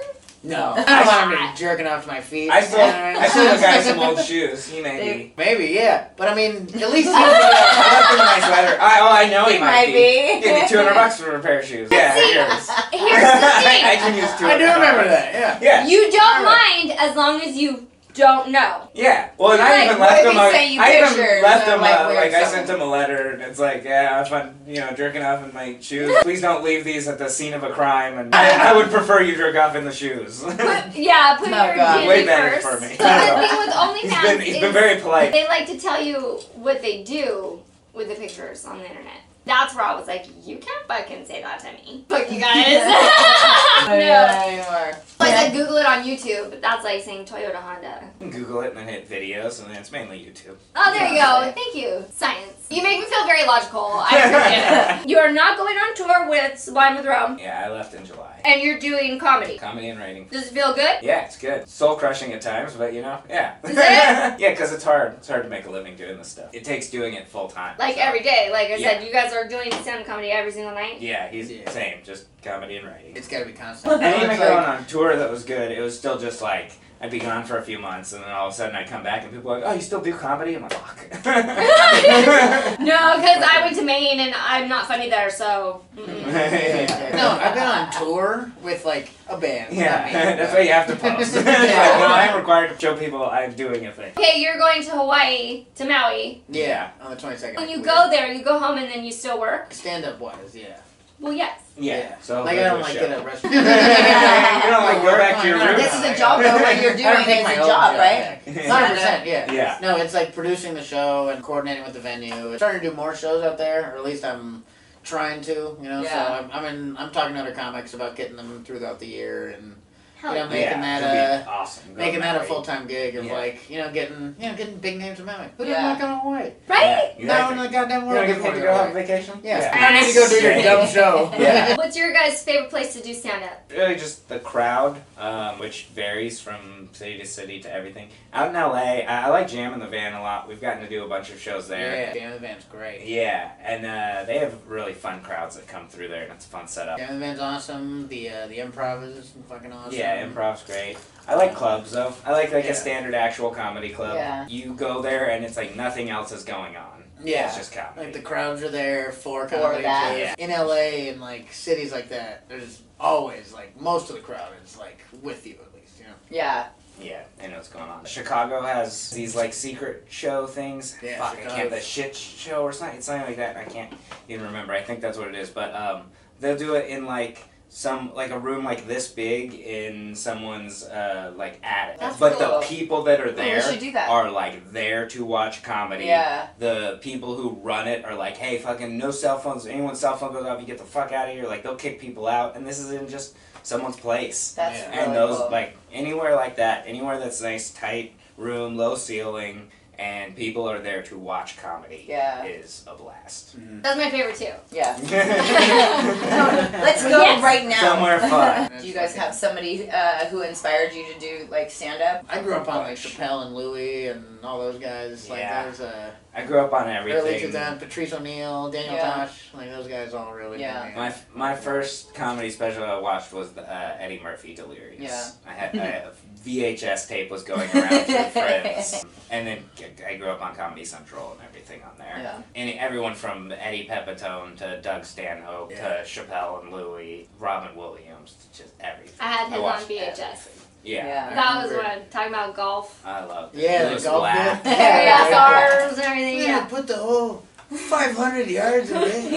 D: No. I don't want him to be jerking off to my feet.
C: I still,
D: Alright.
C: I still have got some old shoes. He may be.
A: Dude.
D: Maybe, yeah. But I mean, at least he
C: I
D: was
C: left him a nice letter. I, oh, I know he, might, be. Give me two hundred bucks for a pair of shoes. Yeah,
B: see,
C: here's.
B: Here's the thing.
C: I can use two.
D: I do remember that, yeah.
C: Yeah,
B: You don't mind as long as you don't know.
C: yeah. Well, and
A: Like,
C: I even
A: what
C: left
A: if
C: him.
A: you
C: A,
A: say you
C: I even
A: pictures
C: left
A: and
C: him
A: like
C: a,
A: weird
C: like I
A: stuff?
C: sent him a letter, and it's like, yeah, if I'm you know jerking off in my shoes, please don't leave these at the scene of a crime. And I, I would prefer you jerk off in the shoes.
B: Put, yeah, put
A: Oh,
B: your
A: God.
B: dignity
C: Way better
B: first.
C: for me.
B: The other thing with OnlyFans
C: he's been he's
B: is
C: been very polite.
B: they like to tell you what they do with the pictures on the internet. That's where I was like, you can't fucking say that to me. Fuck you guys.
A: Oh,
B: no.
A: yeah, you are.
B: Like I Google it on YouTube, but that's like saying Toyota Honda.
C: Google it and then hit videos, and then it's mainly YouTube.
B: Oh, there you go. Thank you. Science. You make me feel very logical. I appreciate it. You are not going on tour with Sublime with Rome,
C: Yeah, I left in July.
B: and you're doing comedy.
C: Comedy and writing.
B: Does it feel good?
C: Yeah, it's good. Soul crushing at times, but you know, yeah.
B: Is it?
C: yeah, because it's hard. It's hard to make a living doing this stuff. It takes doing it full time.
B: Like
C: so-
B: every day. Like I
C: Yeah.
B: said, you guys are doing stand-up comedy every single night.
C: Yeah, he's
D: Yeah.
C: same, just comedy and writing.
D: It's gotta be constant.
C: And even
D: It's
C: going
D: like,
C: on tour that was good, it was still just like I'd be gone for a few months, and then all of a sudden I come back and people are like, "Oh, you still do comedy?" I'm like, "Fuck."
B: No, because I went to Maine and I'm not funny there, so. mm-mm.
C: yeah,
D: no, I've been on tour with like a band. not me,
C: that's
D: but-
C: why you have to post. It's like,
D: Yeah.
C: no, I'm required to show people I'm doing a thing.
B: Okay, you're going to Hawaii, to Maui.
D: Yeah, on the 22nd.
B: When you go there, you go home and then you still work?
D: Stand up wise, yeah.
B: Well, yes.
C: Yeah. So
D: like,
C: go
D: I
C: to
D: don't
C: a
D: like
C: show.
D: get a restaurant.
C: you don't like go back to your room.
A: This is a job, though. What you're doing is a job, right?
D: Hundred percent, yeah.
C: Yeah.
D: No, it's like producing the show and coordinating with the venue. I'm starting to do more shows out there, or at least I'm trying to. You know,
A: Yeah.
D: so I'm I'm, in, I'm talking to other comics about getting them throughout the year and
B: Hell
D: Yeah,
B: yeah.
D: Making that, uh,
C: that'd be awesome. Go
D: making
C: to
D: that a
C: Maui.
D: full time gig of
C: Yeah.
D: like you know getting you know getting big names of Maui. Who doesn't
A: Yeah.
D: like on Hawaii?
B: Right?
C: Yeah,
D: No, in
C: exactly.
D: the goddamn
C: You
D: world.
C: don't
D: gets
C: get paid
D: more
C: to
D: than
C: go on
D: Hawaii.
C: vacation?
D: Yeah.
C: Yeah.
D: I don't need to go do your
C: Yeah.
D: dumb show.
C: Yeah.
B: What's your guys' favorite place to do stand up?
C: Really, just the crowd, um, which varies from city to city to everything. Out in LA, I, I like Jam in the Van a lot. We''t to do a bunch of shows there.
D: Yeah. Jam in the van's great.
C: Yeah, and uh, they have really fun crowds that come through there, and it's a fun setup.
D: Jam in the van's awesome. The uh, the improv is fucking awesome.
C: Yeah, improv's great. I like clubs though. I like like
D: Yeah.
C: a standard actual comedy club.
A: Yeah.
C: You go there and it's like nothing else is going on.
D: Yeah.
C: It's just comedy.
D: Like the crowds are there for
A: For
D: comedy
A: that.
D: shows.
C: Yeah.
D: in LA and like cities like that. There's always like most of the crowd is like with you at least. You know.
A: Yeah.
C: Yeah, I know what's going on. Chicago has these like secret show things.
D: Yeah,
C: Fuck, I can't.
D: Chicago.
C: The shit show or something, something like that. I can't even remember. I think that's what it is. But um, they'll do it in like some like a room like this big in someone's uh like attic.
A: That's
C: but
A: cool. Oh,
C: the people that are there
A: should do that.
C: are like there to watch comedy.
A: Yeah.
C: The people who run it are like, hey, fucking no cell phones. If anyone's cell phone goes off, you get the fuck out of here. Like they'll kick people out, and this is in just someone's place
A: That's
D: Yeah.
A: really
C: and those
A: cool.
C: like anywhere like that anywhere that's nice tight room low ceiling and people are there to watch comedy
A: Yeah.
C: is a blast
B: That's my favorite too.
A: Yeah. Let's
C: let's
A: go
B: Yes.
A: right now.
C: Somewhere fun.
A: do you guys have somebody uh, who inspired you to do like stand up?
D: I grew up on like Chappelle and Louis and all those guys. Like
C: Yeah.
D: those uh,
C: i grew up on
D: early
C: everything
D: 2000s, Patrice O'Neill, Daniel
A: Yeah.
D: Tosh. Like those guys all really.
A: Yeah.
D: did it.
C: my, my first comedy special I watched was the, uh, Eddie Murphy Delirious.
A: Yeah.
C: I had a VHS tape was going around to friends, and then I grew up on Comedy Central and everything on there.
A: Yeah.
C: And everyone from Eddie Pepitone to Doug Stanhope
D: Yeah.
C: to Chappelle and Louis, Robin Williams, to just everything.
B: I had him on
C: watched
B: VHS.
C: everything. Yeah.
A: Yeah.
B: That was
D: remember.
B: one. Talking about golf.
C: I loved it.
D: Yeah,
C: Louis
D: the golf
C: Black.
D: bit.
A: Yeah.
B: Various arms and everything.
D: Yeah,
B: Yeah.
D: put the whole
G: 500 yards away.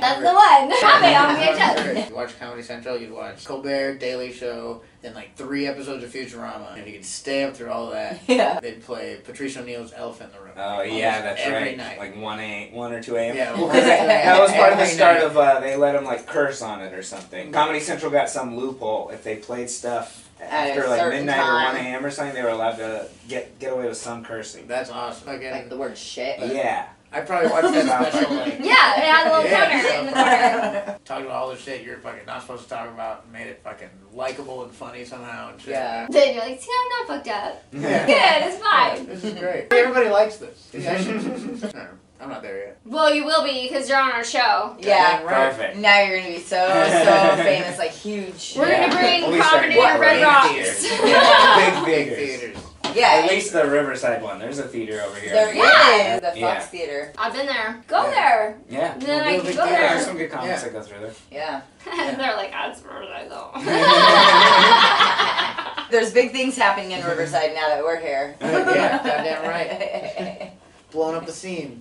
B: That's the one. Have it on VHS.
D: If you watch Comedy Central, you'd watch Colbert, Daily Show, then like three episodes of Futurama, and you could stay up through all that.
H: Yeah.
D: They'd play Patrice O'Neill's Elephant in the Room.
G: Oh
D: like,
G: yeah,
D: almost
G: that's
D: every
G: right.
D: Night.
G: Like one a one or two a.m.
D: yeah,
G: That was part of the
D: every
G: start
D: night.
G: of uh, they let him like curse on it or something. Comedy Central got some loophole if they played stuff
H: At a
G: after like
H: certain
G: midnight or
H: time.
G: one a.m. or something, they were allowed to get get away with some cursing.
D: That's awesome. Again,
H: Like the word shit.
G: Yeah,
D: I probably watched that special. Like,
B: Yeah, it had a little
D: Yeah.
B: counter in the corner.
D: talked about all the shit you're fucking not supposed to talk about, and made it fucking likable and funny somehow and shit.
H: yeah.
B: Then you're like, see, I'm not fucked up.
D: Yeah.
B: Good, it's fine.
D: This is great. Everybody likes this. I should- No, I'm not there yet.
B: Well, you will be because you're on our show.
H: Yeah.
D: Goddamn right.
G: perfect.
H: Now you're gonna be so so famous, like huge.
B: We're
G: Yeah.
B: gonna bring
G: At least
B: comedy
G: our
B: to Red
G: great
B: Rocks.
G: Yeah. Big
D: Big
G: theaters.
D: theaters.
H: Yeah.
G: At least the Riverside one. There's a theater over here.
H: There
B: Yeah.
H: is the Fox
G: Yeah.
H: Theater.
B: I've been there. Go
D: Yeah.
B: there.
G: Yeah.
B: Then I
D: We'll
B: can
D: do
B: go
D: the
G: Yeah,
B: there.
G: there's some good comics
D: Yeah.
G: that go through there.
H: Yeah.
B: And they're like, that's where I go.
H: There's big things happening in Riverside now that we're here.
D: Yeah, goddamn Blowing up the scene.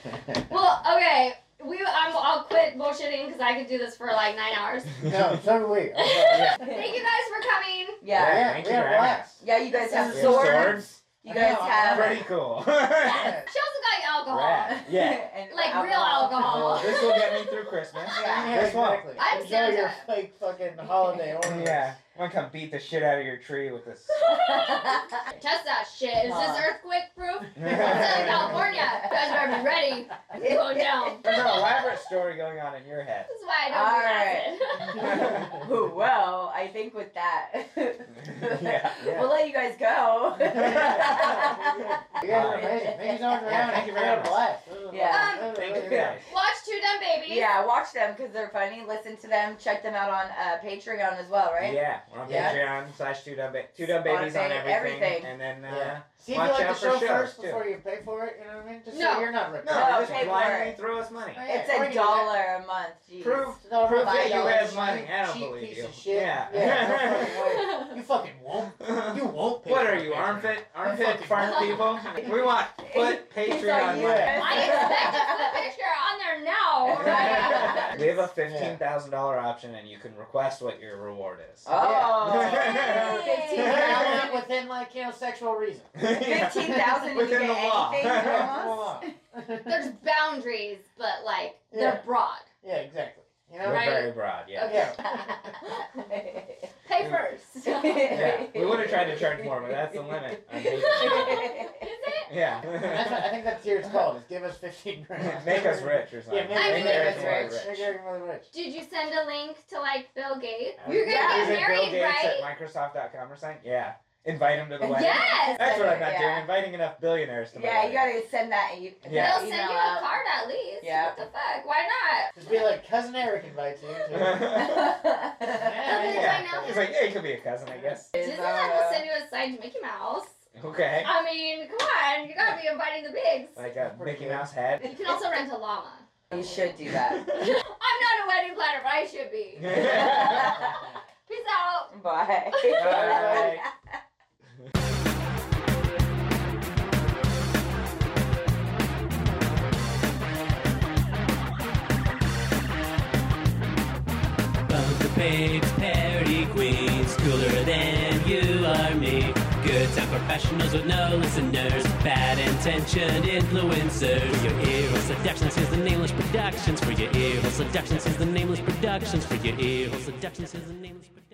B: well, okay. We, I'm, I'll quit bullshitting because I could do this for like nine hours.
D: No, so do we.
H: yeah.
B: Thank you guys for coming.
H: yeah.
C: Thank you for having us.
H: Yeah, you guys have
C: We have
H: swords.
C: swords.
H: You guys have
C: Pretty cool.
B: She also got you alcohol.
C: Rad. Yeah.
H: And
B: Like real alcohol.
C: This will get me through Christmas.
H: Oh. Yeah.
C: This one.
B: I'm
D: Enjoy your
B: Santa.
D: fake fucking holiday ornament.
C: Yeah. I'm gonna come beat the shit out of your tree with this.
B: Test that shit. Is this earthquake proof? It's in
C: There's
B: California. You guys better be ready. It's going down.
C: an elaborate story going on in your head.
B: This is why I don't do
H: All
B: acid.
H: well, I think with that,
C: Yeah.
H: we'll let you guys go.
D: You guys are amazing. Thank you so much for
C: Uh, Yeah,
D: having
C: thank you very
D: us. I had a
C: much.
D: blast. This was a
H: Yeah.
D: blast.
C: Thank you guys.
B: Watch Two Dumb Babies.
H: yeah, watch them because they're funny. Listen to them. Check them out on uh, Patreon as well, right?
C: Yeah, we're on
H: Yeah.
C: Patreon slash two dumb ba- two dumb
H: On
C: babies on
H: fa-
C: everything,
H: everything.
C: and then uh,
D: Yeah. See if you
C: Watch
D: like
C: out
D: the
C: for
D: show
C: shows,
D: first
C: too.
D: before you pay for it. You know what I mean? Just
B: No.
D: so you're not ripped
C: no,
D: off.
H: No,
C: just
H: pay for
C: blindly
H: it.
C: throw us money.
D: Yeah.
H: It's
D: Or
H: a
D: you can
H: dollar a month. Jeez.
C: Prove
D: just throw it
C: prove
D: for
C: that you
D: $5.
C: have money. I don't
D: Cheap
C: believe
D: piece
C: you.
D: of shit.
C: Yeah.
D: Yeah, no fucking way. You fucking won't. You won't pay
C: what
D: for
C: are
D: it.
C: you, armpit armpit
D: fucking-
C: farm people? We want put Patreon
H: you.
C: money.
B: I expect to put a picture on there now.
C: We have a fifteen thousand dollar option, and you can request what your reward is.
H: Oh.
C: Yeah.
D: You
B: Yeah.
D: gotta do it within like you know sexual reason.
C: Yeah.
H: 15,000 you
C: Within
H: get
C: the law.
H: anything
C: Yeah.
H: from us?
D: Well,
B: There's boundaries, but like
D: Yeah.
B: they're broad.
D: yeah, exactly. You know?
C: We're
B: Right.
C: very broad. Yeah.
D: Yeah.
B: Pay first.
C: Yeah. We would have tried to charge more, but that's the limit. on Patreon.
B: Is it?
D: That's what-
C: Yeah.
D: I think that's your called. Is give us fifteen grand.
C: make us rich or something.
D: Yeah, make,
B: I
D: make,
B: mean,
D: us
C: everyone
D: rich. Make everyone really rich.
B: Did you send a link to like Bill Gates?
C: Uh,
B: You're gonna
H: yeah.
B: get
C: Is it Bill
B: married,
C: Gates
B: right?
C: at Microsoft.com or something? Yeah. Invite him to the wedding.
B: Yes.
C: That's what I'm not
H: Yeah.
C: doing. Inviting enough billionaires to my
H: Yeah, you
C: wedding.
H: gotta send that. You,
C: Yeah.
B: They'll
H: email
B: send you a
H: out.
B: card at least.
H: Yeah.
B: What the fuck? Why not?
D: Just be like cousin Eric invites you. To...
B: They'll be
D: Yeah.
B: like, "No,
C: He's like, yeah, you could be a cousin, I guess.
B: Disneyland
H: uh,
B: will send you a signed Mickey Mouse.
C: Okay.
B: I mean, come on, you gotta be inviting the bigs.
C: Like a Mickey Mouse head.
B: You can also rent a llama.
H: You should do that.
B: I'm not a wedding planner, but I should be. Peace out.
H: Bye.
C: Bye.
E: Bump the pigs, parody queens, cooler than you are me. Good time professionals with no listeners, bad intentioned influencers. For your evil seductions, here's the nameless productions. For your evil seductions, here's the nameless productions. For your evil seductions, here's the nameless productions.